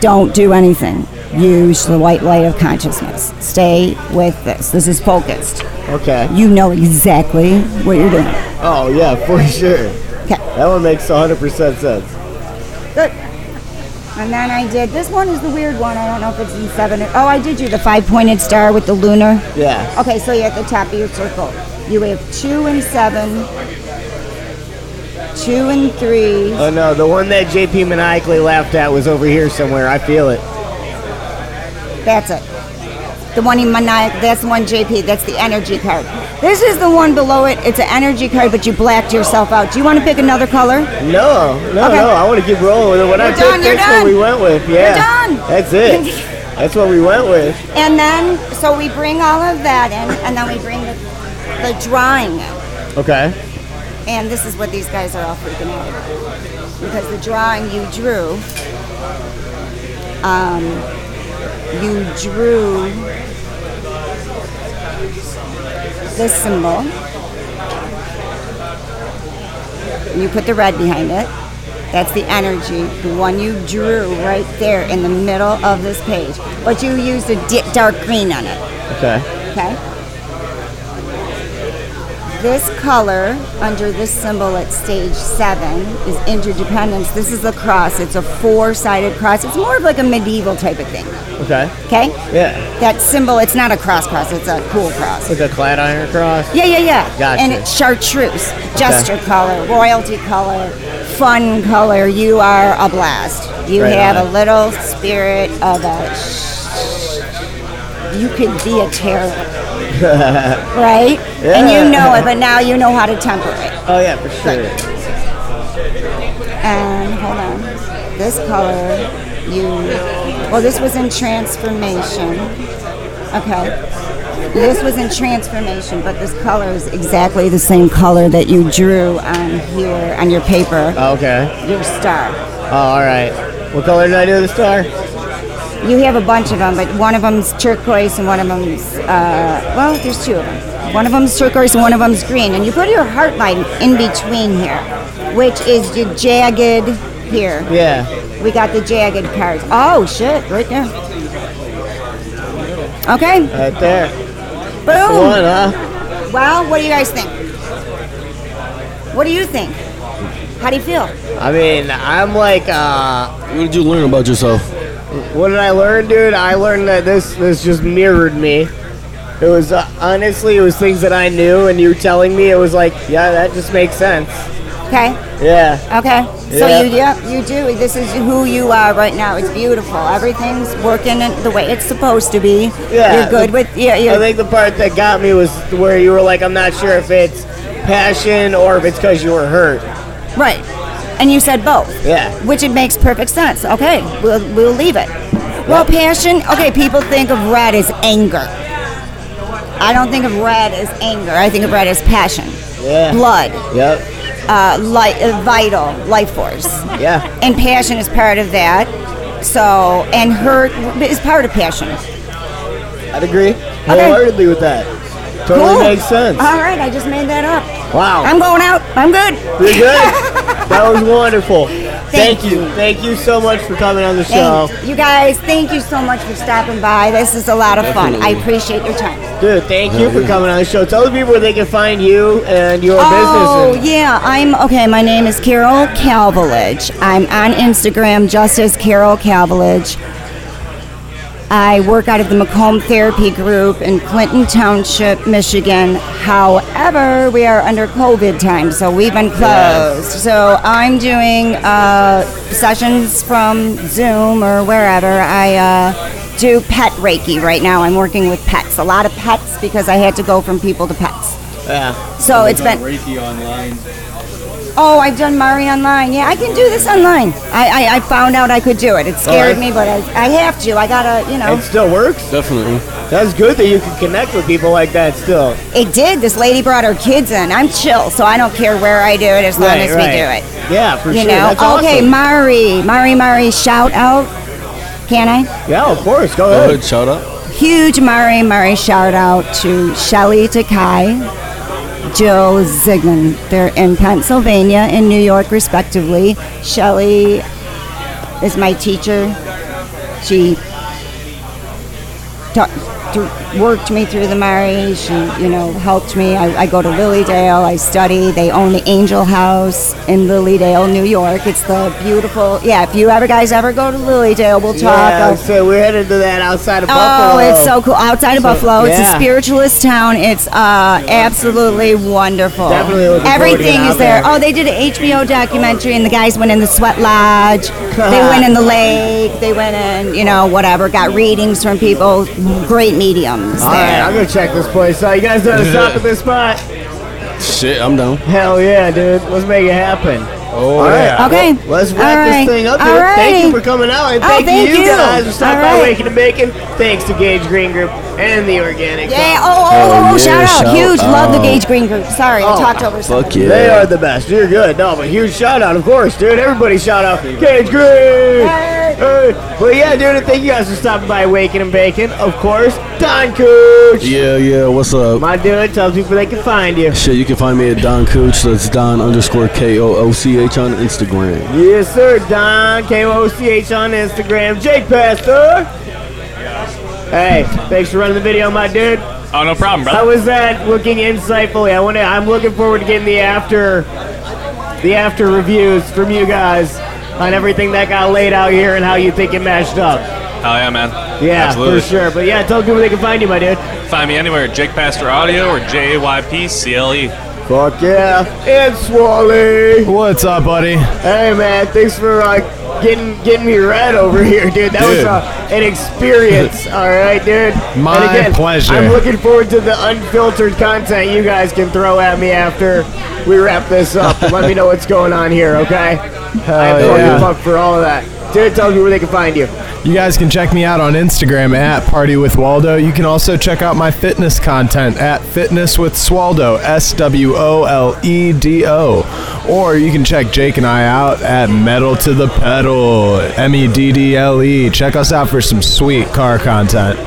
[SPEAKER 5] Don't do anything. Use the white light of consciousness. Stay with this. This is focused.
[SPEAKER 6] Okay.
[SPEAKER 5] You know exactly what you're doing.
[SPEAKER 6] Oh yeah, for sure.
[SPEAKER 5] Okay.
[SPEAKER 6] That one makes 100 percent sense.
[SPEAKER 5] Good. And then I did. This one is the weird one. I don't know if it's in seven. Or, oh, I did you the five pointed star with the lunar.
[SPEAKER 6] Yeah.
[SPEAKER 5] Okay, so you're at the top of your circle. You have two and seven. two and three.
[SPEAKER 1] Oh no, the one that JP maniacally laughed at was over here somewhere. I feel it.
[SPEAKER 5] That's it. The one in maniac, that's the one JP, that's the energy card. This is the one below it. It's an energy card, but you blacked yourself out. Do you want to pick another color?
[SPEAKER 1] No, no,
[SPEAKER 5] Okay.
[SPEAKER 1] no. I want to keep rolling with it. What I
[SPEAKER 5] You're
[SPEAKER 1] picked,
[SPEAKER 5] done, you're
[SPEAKER 1] that's what we went
[SPEAKER 5] done.
[SPEAKER 1] with. Yeah.
[SPEAKER 5] You're done.
[SPEAKER 1] That's it. That's what we went with.
[SPEAKER 5] And then, so we bring all of that in, and then we bring the, the drawing in.
[SPEAKER 1] Okay.
[SPEAKER 5] And this is what these guys are all freaking out about. Because the drawing you drew, um, you drew this symbol. You put the red behind it. That's the energy, the one you drew right there in the middle of this page. But you used a di- dark green on it.
[SPEAKER 1] Okay.
[SPEAKER 5] Okay. This color under this symbol at stage seven is interdependence. This is a cross. It's a four-sided cross. It's more of like a medieval type of thing.
[SPEAKER 1] Okay.
[SPEAKER 5] Okay.
[SPEAKER 1] Yeah.
[SPEAKER 5] That symbol. It's not a cross cross. It's a cool cross.
[SPEAKER 1] With a clad iron cross.
[SPEAKER 5] Yeah, yeah, yeah.
[SPEAKER 1] Gotcha.
[SPEAKER 5] And it's chartreuse, gesture color, royalty color, fun color. You are a blast. You
[SPEAKER 1] Right
[SPEAKER 5] have
[SPEAKER 1] on.
[SPEAKER 5] a little spirit of a. Sh- you could be a terror, right? And you know it, but now you know how to temper it.
[SPEAKER 1] Oh yeah, for sure.
[SPEAKER 5] And hold on, this color, you. Well, this was in transformation. Okay. This was in transformation, but this color is exactly the same color that you drew on here on your paper,
[SPEAKER 1] Okay.
[SPEAKER 5] your star.
[SPEAKER 1] Oh, all right. What color did I do the star?
[SPEAKER 5] You have a bunch of them, but one of them's turquoise and one of them's, uh, well, there's two of them. One of them's turquoise and one of them's green. And you put your heart line in between here, which is your jagged here.
[SPEAKER 1] Yeah.
[SPEAKER 5] We got the jagged cards. Oh, shit, right there. Okay,
[SPEAKER 1] Right there. One,
[SPEAKER 5] boom.
[SPEAKER 1] huh?
[SPEAKER 5] Well, what do you guys think? What do you think? How do you feel?
[SPEAKER 1] I mean, I'm like, uh,
[SPEAKER 2] What did you learn about yourself?
[SPEAKER 1] what did I learn, dude? I learned that this this just mirrored me. It was uh, honestly, it was things that I knew, and you were telling me it was like, yeah, that just makes sense.
[SPEAKER 5] Okay.
[SPEAKER 1] Yeah.
[SPEAKER 5] Okay. So
[SPEAKER 1] Yeah.
[SPEAKER 5] you yep, you do. This is who you are right now. It's beautiful. Everything's working in the way it's supposed to be.
[SPEAKER 1] Yeah.
[SPEAKER 5] You're good with yeah,
[SPEAKER 1] I
[SPEAKER 5] yeah.
[SPEAKER 1] think the part that got me was where you were like, I'm not sure if it's passion or if it's because you were hurt.
[SPEAKER 5] Right. And you said both.
[SPEAKER 1] Yeah.
[SPEAKER 5] Which it makes perfect sense. Okay. We'll we'll leave it. Well, passion. Okay, people think of red as anger. I don't think of red as anger. I think of red as passion.
[SPEAKER 1] Yeah.
[SPEAKER 5] Blood,
[SPEAKER 1] Yep.
[SPEAKER 5] uh, li- uh, vital, life force.
[SPEAKER 1] Yeah.
[SPEAKER 5] and passion is part of that. So, and hurt is part of passion.
[SPEAKER 1] I'd agree wholeheartedly with that. Totally
[SPEAKER 5] Cool.
[SPEAKER 1] makes sense.
[SPEAKER 5] All right, I just made that up.
[SPEAKER 1] Wow.
[SPEAKER 5] I'm going out. I'm good.
[SPEAKER 1] You're good. that was wonderful.
[SPEAKER 5] Thank
[SPEAKER 1] Thank, you.
[SPEAKER 5] you.
[SPEAKER 1] Thank you so much for coming on the show.
[SPEAKER 5] Thank you guys, thank you so much for stopping by. This is a lot of fun. I
[SPEAKER 2] Definitely.
[SPEAKER 5] appreciate your time.
[SPEAKER 1] Dude, thank you for coming on the show. Tell the people where they can find you and your
[SPEAKER 5] Oh,
[SPEAKER 1] business.
[SPEAKER 5] yeah. I'm okay. My name is Carol Calvilage. I'm on Instagram just as Carol Calvilage. I work out of the Macomb Therapy Group in Clinton Township, Michigan. However, we are under COVID time, so we've been closed. So I'm doing uh, sessions from Zoom or wherever. I uh, do pet Reiki right now. I'm working with pets, a lot of pets, because I had to go from people to pets.
[SPEAKER 1] And, yeah.
[SPEAKER 5] So it's been
[SPEAKER 8] Reiki online.
[SPEAKER 5] Oh, I've done Mari online. Yeah, I can do this online. I, I, I found out I could do it. It scared
[SPEAKER 1] Alright.
[SPEAKER 5] me, but I, I have to. I gotta, you know.
[SPEAKER 1] It still works.
[SPEAKER 2] Definitely.
[SPEAKER 1] That's good that you can connect with people like that still.
[SPEAKER 5] It did. This lady brought her kids in. I'm chill, so I don't care where I do it as long as we do it.
[SPEAKER 1] Yeah, for
[SPEAKER 5] You
[SPEAKER 1] sure.
[SPEAKER 5] know?
[SPEAKER 1] That's awesome.
[SPEAKER 5] Okay, Mari. Mari, Mari, shout out. Can I?
[SPEAKER 1] Yeah, of course. Go
[SPEAKER 2] Go
[SPEAKER 1] ahead.
[SPEAKER 2] ahead, shout out.
[SPEAKER 5] huge Mari Mari shout out to Shelly Takai, Jill Zigman. They're in Pennsylvania and New York, respectively. Shelly is my teacher. She ta- thr- worked me through the Mari. She, you know, helped me. I, I go to Lilydale. I study. They own the Angel House in Lilydale, New York. It's the beautiful. Yeah, if you ever guys ever go to Lilydale, we'll talk.
[SPEAKER 1] Yeah,
[SPEAKER 5] I'll-
[SPEAKER 1] so we're headed to that outside of
[SPEAKER 5] Oh,
[SPEAKER 1] Buffalo.
[SPEAKER 5] it's so cool. Outside of Buffalo, it's
[SPEAKER 1] yeah.
[SPEAKER 5] a spiritualist town. It's uh, absolutely wonderful.
[SPEAKER 1] Definitely looking forward to
[SPEAKER 5] Everything
[SPEAKER 1] getting
[SPEAKER 5] is
[SPEAKER 1] out
[SPEAKER 5] there.
[SPEAKER 1] there.
[SPEAKER 5] Oh, they did an HBO documentary, and the guys went in the sweat lodge. they went in the lake. They went in, you know, whatever. Got readings from people. Great mediums
[SPEAKER 1] All right,
[SPEAKER 5] there.
[SPEAKER 1] I'm gonna check this place out. You guys know how to stop at this spot?
[SPEAKER 2] Shit, I'm down.
[SPEAKER 1] Hell yeah, dude. Let's make it happen.
[SPEAKER 3] Oh,
[SPEAKER 1] All right.
[SPEAKER 3] yeah.
[SPEAKER 5] Okay.
[SPEAKER 1] Well, let's
[SPEAKER 5] All
[SPEAKER 1] wrap
[SPEAKER 5] right.
[SPEAKER 1] this thing up, dude.
[SPEAKER 5] All
[SPEAKER 1] Thank you for
[SPEAKER 5] right.
[SPEAKER 1] coming out, and
[SPEAKER 5] Oh,
[SPEAKER 1] thank,
[SPEAKER 5] thank
[SPEAKER 1] you
[SPEAKER 5] you.
[SPEAKER 1] guys for stopping
[SPEAKER 5] All
[SPEAKER 1] by
[SPEAKER 5] right.
[SPEAKER 1] Waking and Bacon. Thanks to Gage Green Group and the Organic.
[SPEAKER 5] Yeah.
[SPEAKER 1] Company.
[SPEAKER 5] Oh,
[SPEAKER 2] Hell
[SPEAKER 5] oh, oh,
[SPEAKER 2] yeah,
[SPEAKER 5] shout out.
[SPEAKER 2] shout
[SPEAKER 5] Huge. Love the
[SPEAKER 2] out.
[SPEAKER 5] Gage Green Group. Sorry,
[SPEAKER 1] Oh,
[SPEAKER 5] I talked over.
[SPEAKER 2] Fuck
[SPEAKER 5] something.
[SPEAKER 2] yeah.
[SPEAKER 1] They are the best. You're good. No, but huge shout out, of course, dude. Everybody shout out Cage Green.
[SPEAKER 5] Hey.
[SPEAKER 1] Hey. Well, yeah, dude. and Thank you guys for stopping by Waking and Bacon. Of course, Don Cooch.
[SPEAKER 2] Yeah, yeah. What's up?
[SPEAKER 1] My dude tells people they can find you.
[SPEAKER 2] Shit, you can find me at Don Cooch. That's Don underscore K O O C H on Instagram.
[SPEAKER 1] Yes, sir. Don K O C H on Instagram. Jake Pastor. Hey, thanks for running the video, my dude.
[SPEAKER 4] Oh, no problem, brother.
[SPEAKER 1] How was that? Looking insightfully. I want to. I'm looking forward to getting the after, the after reviews from you guys on everything that got laid out here and how you think it matched up.
[SPEAKER 4] Hell yeah, man.
[SPEAKER 1] Yeah,
[SPEAKER 4] Absolutely.
[SPEAKER 1] for sure. But yeah, tell people they can find you, my dude.
[SPEAKER 4] Find me anywhere at Jake Pastor Audio or J A Y P C L E.
[SPEAKER 1] Fuck yeah, and Swally.
[SPEAKER 3] What's up, buddy?
[SPEAKER 1] Hey man, thanks for uh, getting getting me red over here, dude. That was
[SPEAKER 3] Dude.
[SPEAKER 1] uh, an experience. All right, dude.
[SPEAKER 3] My
[SPEAKER 1] and again,
[SPEAKER 3] pleasure.
[SPEAKER 1] I'm looking forward to the unfiltered content you guys can throw at me after we wrap this up. Let me know what's going on here, okay? I'm
[SPEAKER 3] yeah.
[SPEAKER 1] fucking pumped for all of that. Dude, tell me where they can find you.
[SPEAKER 3] You guys can check me out on Instagram at Party with Waldo. You can also check out my fitness content at Fitness with Swaldo, S W O L E D O. Or you can check Jake and I out at Metal to the Pedal, M E D D L E. Check us out for some sweet car content.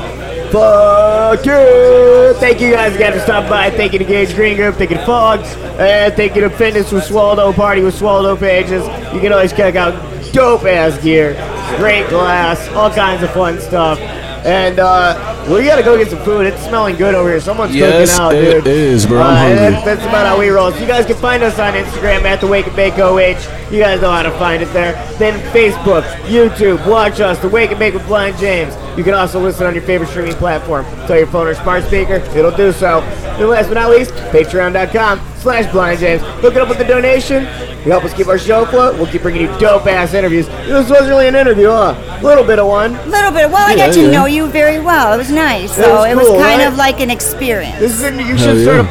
[SPEAKER 1] Fuck you! Thank you guys again for stopping by. Thank you to Gage Green Group. Thank you to Fogs. And thank you to Fitness with Swaldo, Party with Swaldo pages. You can always check out dope ass gear, great glass, all kinds of fun stuff. And uh, we gotta go get some food. It's smelling good over here. Someone's
[SPEAKER 2] Yes,
[SPEAKER 1] cooking out,
[SPEAKER 2] it
[SPEAKER 1] dude.
[SPEAKER 2] is, bro. I'm
[SPEAKER 1] Uh,
[SPEAKER 2] hungry.
[SPEAKER 1] that's- that's about how we roll. So you guys can find us on Instagram at the Wake and Bake OH. You guys know how to find us there. Then Facebook, YouTube, watch us, the Wake and Bake with Blind James. You can also listen on your favorite streaming platform. Tell your phone or smart speaker, it'll do so. And last but not least, patreon.com slash blind james. Hook it up with a donation. You help us keep our show afloat. We'll keep bringing you dope ass interviews. This wasn't really an interview, huh? Little bit of one.
[SPEAKER 5] Little bit. Well, I
[SPEAKER 2] Yeah,
[SPEAKER 5] got to
[SPEAKER 2] yeah.
[SPEAKER 5] know you very well. It was nice.
[SPEAKER 1] That
[SPEAKER 5] So
[SPEAKER 1] was
[SPEAKER 5] it was
[SPEAKER 1] cool,
[SPEAKER 5] kind
[SPEAKER 1] right?
[SPEAKER 5] of like an experience.
[SPEAKER 1] This is an, you
[SPEAKER 2] Hell
[SPEAKER 1] should start a
[SPEAKER 2] yeah.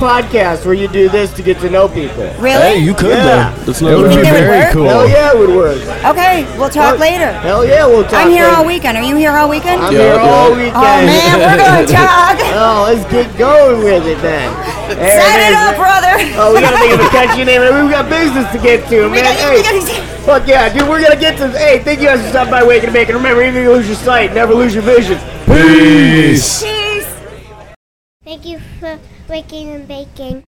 [SPEAKER 1] podcast where you do this to get to know people.
[SPEAKER 5] Really?
[SPEAKER 2] Hey, you could
[SPEAKER 1] Yeah.
[SPEAKER 2] though. That's
[SPEAKER 3] It
[SPEAKER 2] not
[SPEAKER 3] would be
[SPEAKER 5] think that would
[SPEAKER 3] very
[SPEAKER 5] work?
[SPEAKER 1] Hell
[SPEAKER 3] cool.
[SPEAKER 1] yeah, it would work.
[SPEAKER 5] Okay, we'll talk
[SPEAKER 1] Or-
[SPEAKER 5] later.
[SPEAKER 1] Hell yeah, we'll talk.
[SPEAKER 5] I'm here
[SPEAKER 1] later.
[SPEAKER 5] all weekend. Are you here all weekend?
[SPEAKER 1] I'm
[SPEAKER 2] Yeah,
[SPEAKER 1] here
[SPEAKER 2] yeah.
[SPEAKER 1] all
[SPEAKER 5] oh
[SPEAKER 1] weekend.
[SPEAKER 5] man, we're gonna talk.
[SPEAKER 1] Oh, let's get going with it then.
[SPEAKER 5] Set it up, brother.
[SPEAKER 1] Oh, we gotta think of a catchy name. and We've got business to get to,
[SPEAKER 5] We
[SPEAKER 1] man.
[SPEAKER 5] gotta-
[SPEAKER 1] hey,
[SPEAKER 5] we gotta-
[SPEAKER 1] fuck yeah, dude. We're gonna get to. Hey, thank you guys for stopping by, waking and making. Remember, even if you lose your sight, never lose your vision.
[SPEAKER 2] Peace.
[SPEAKER 5] Jeez.
[SPEAKER 9] Thank you for waking and baking.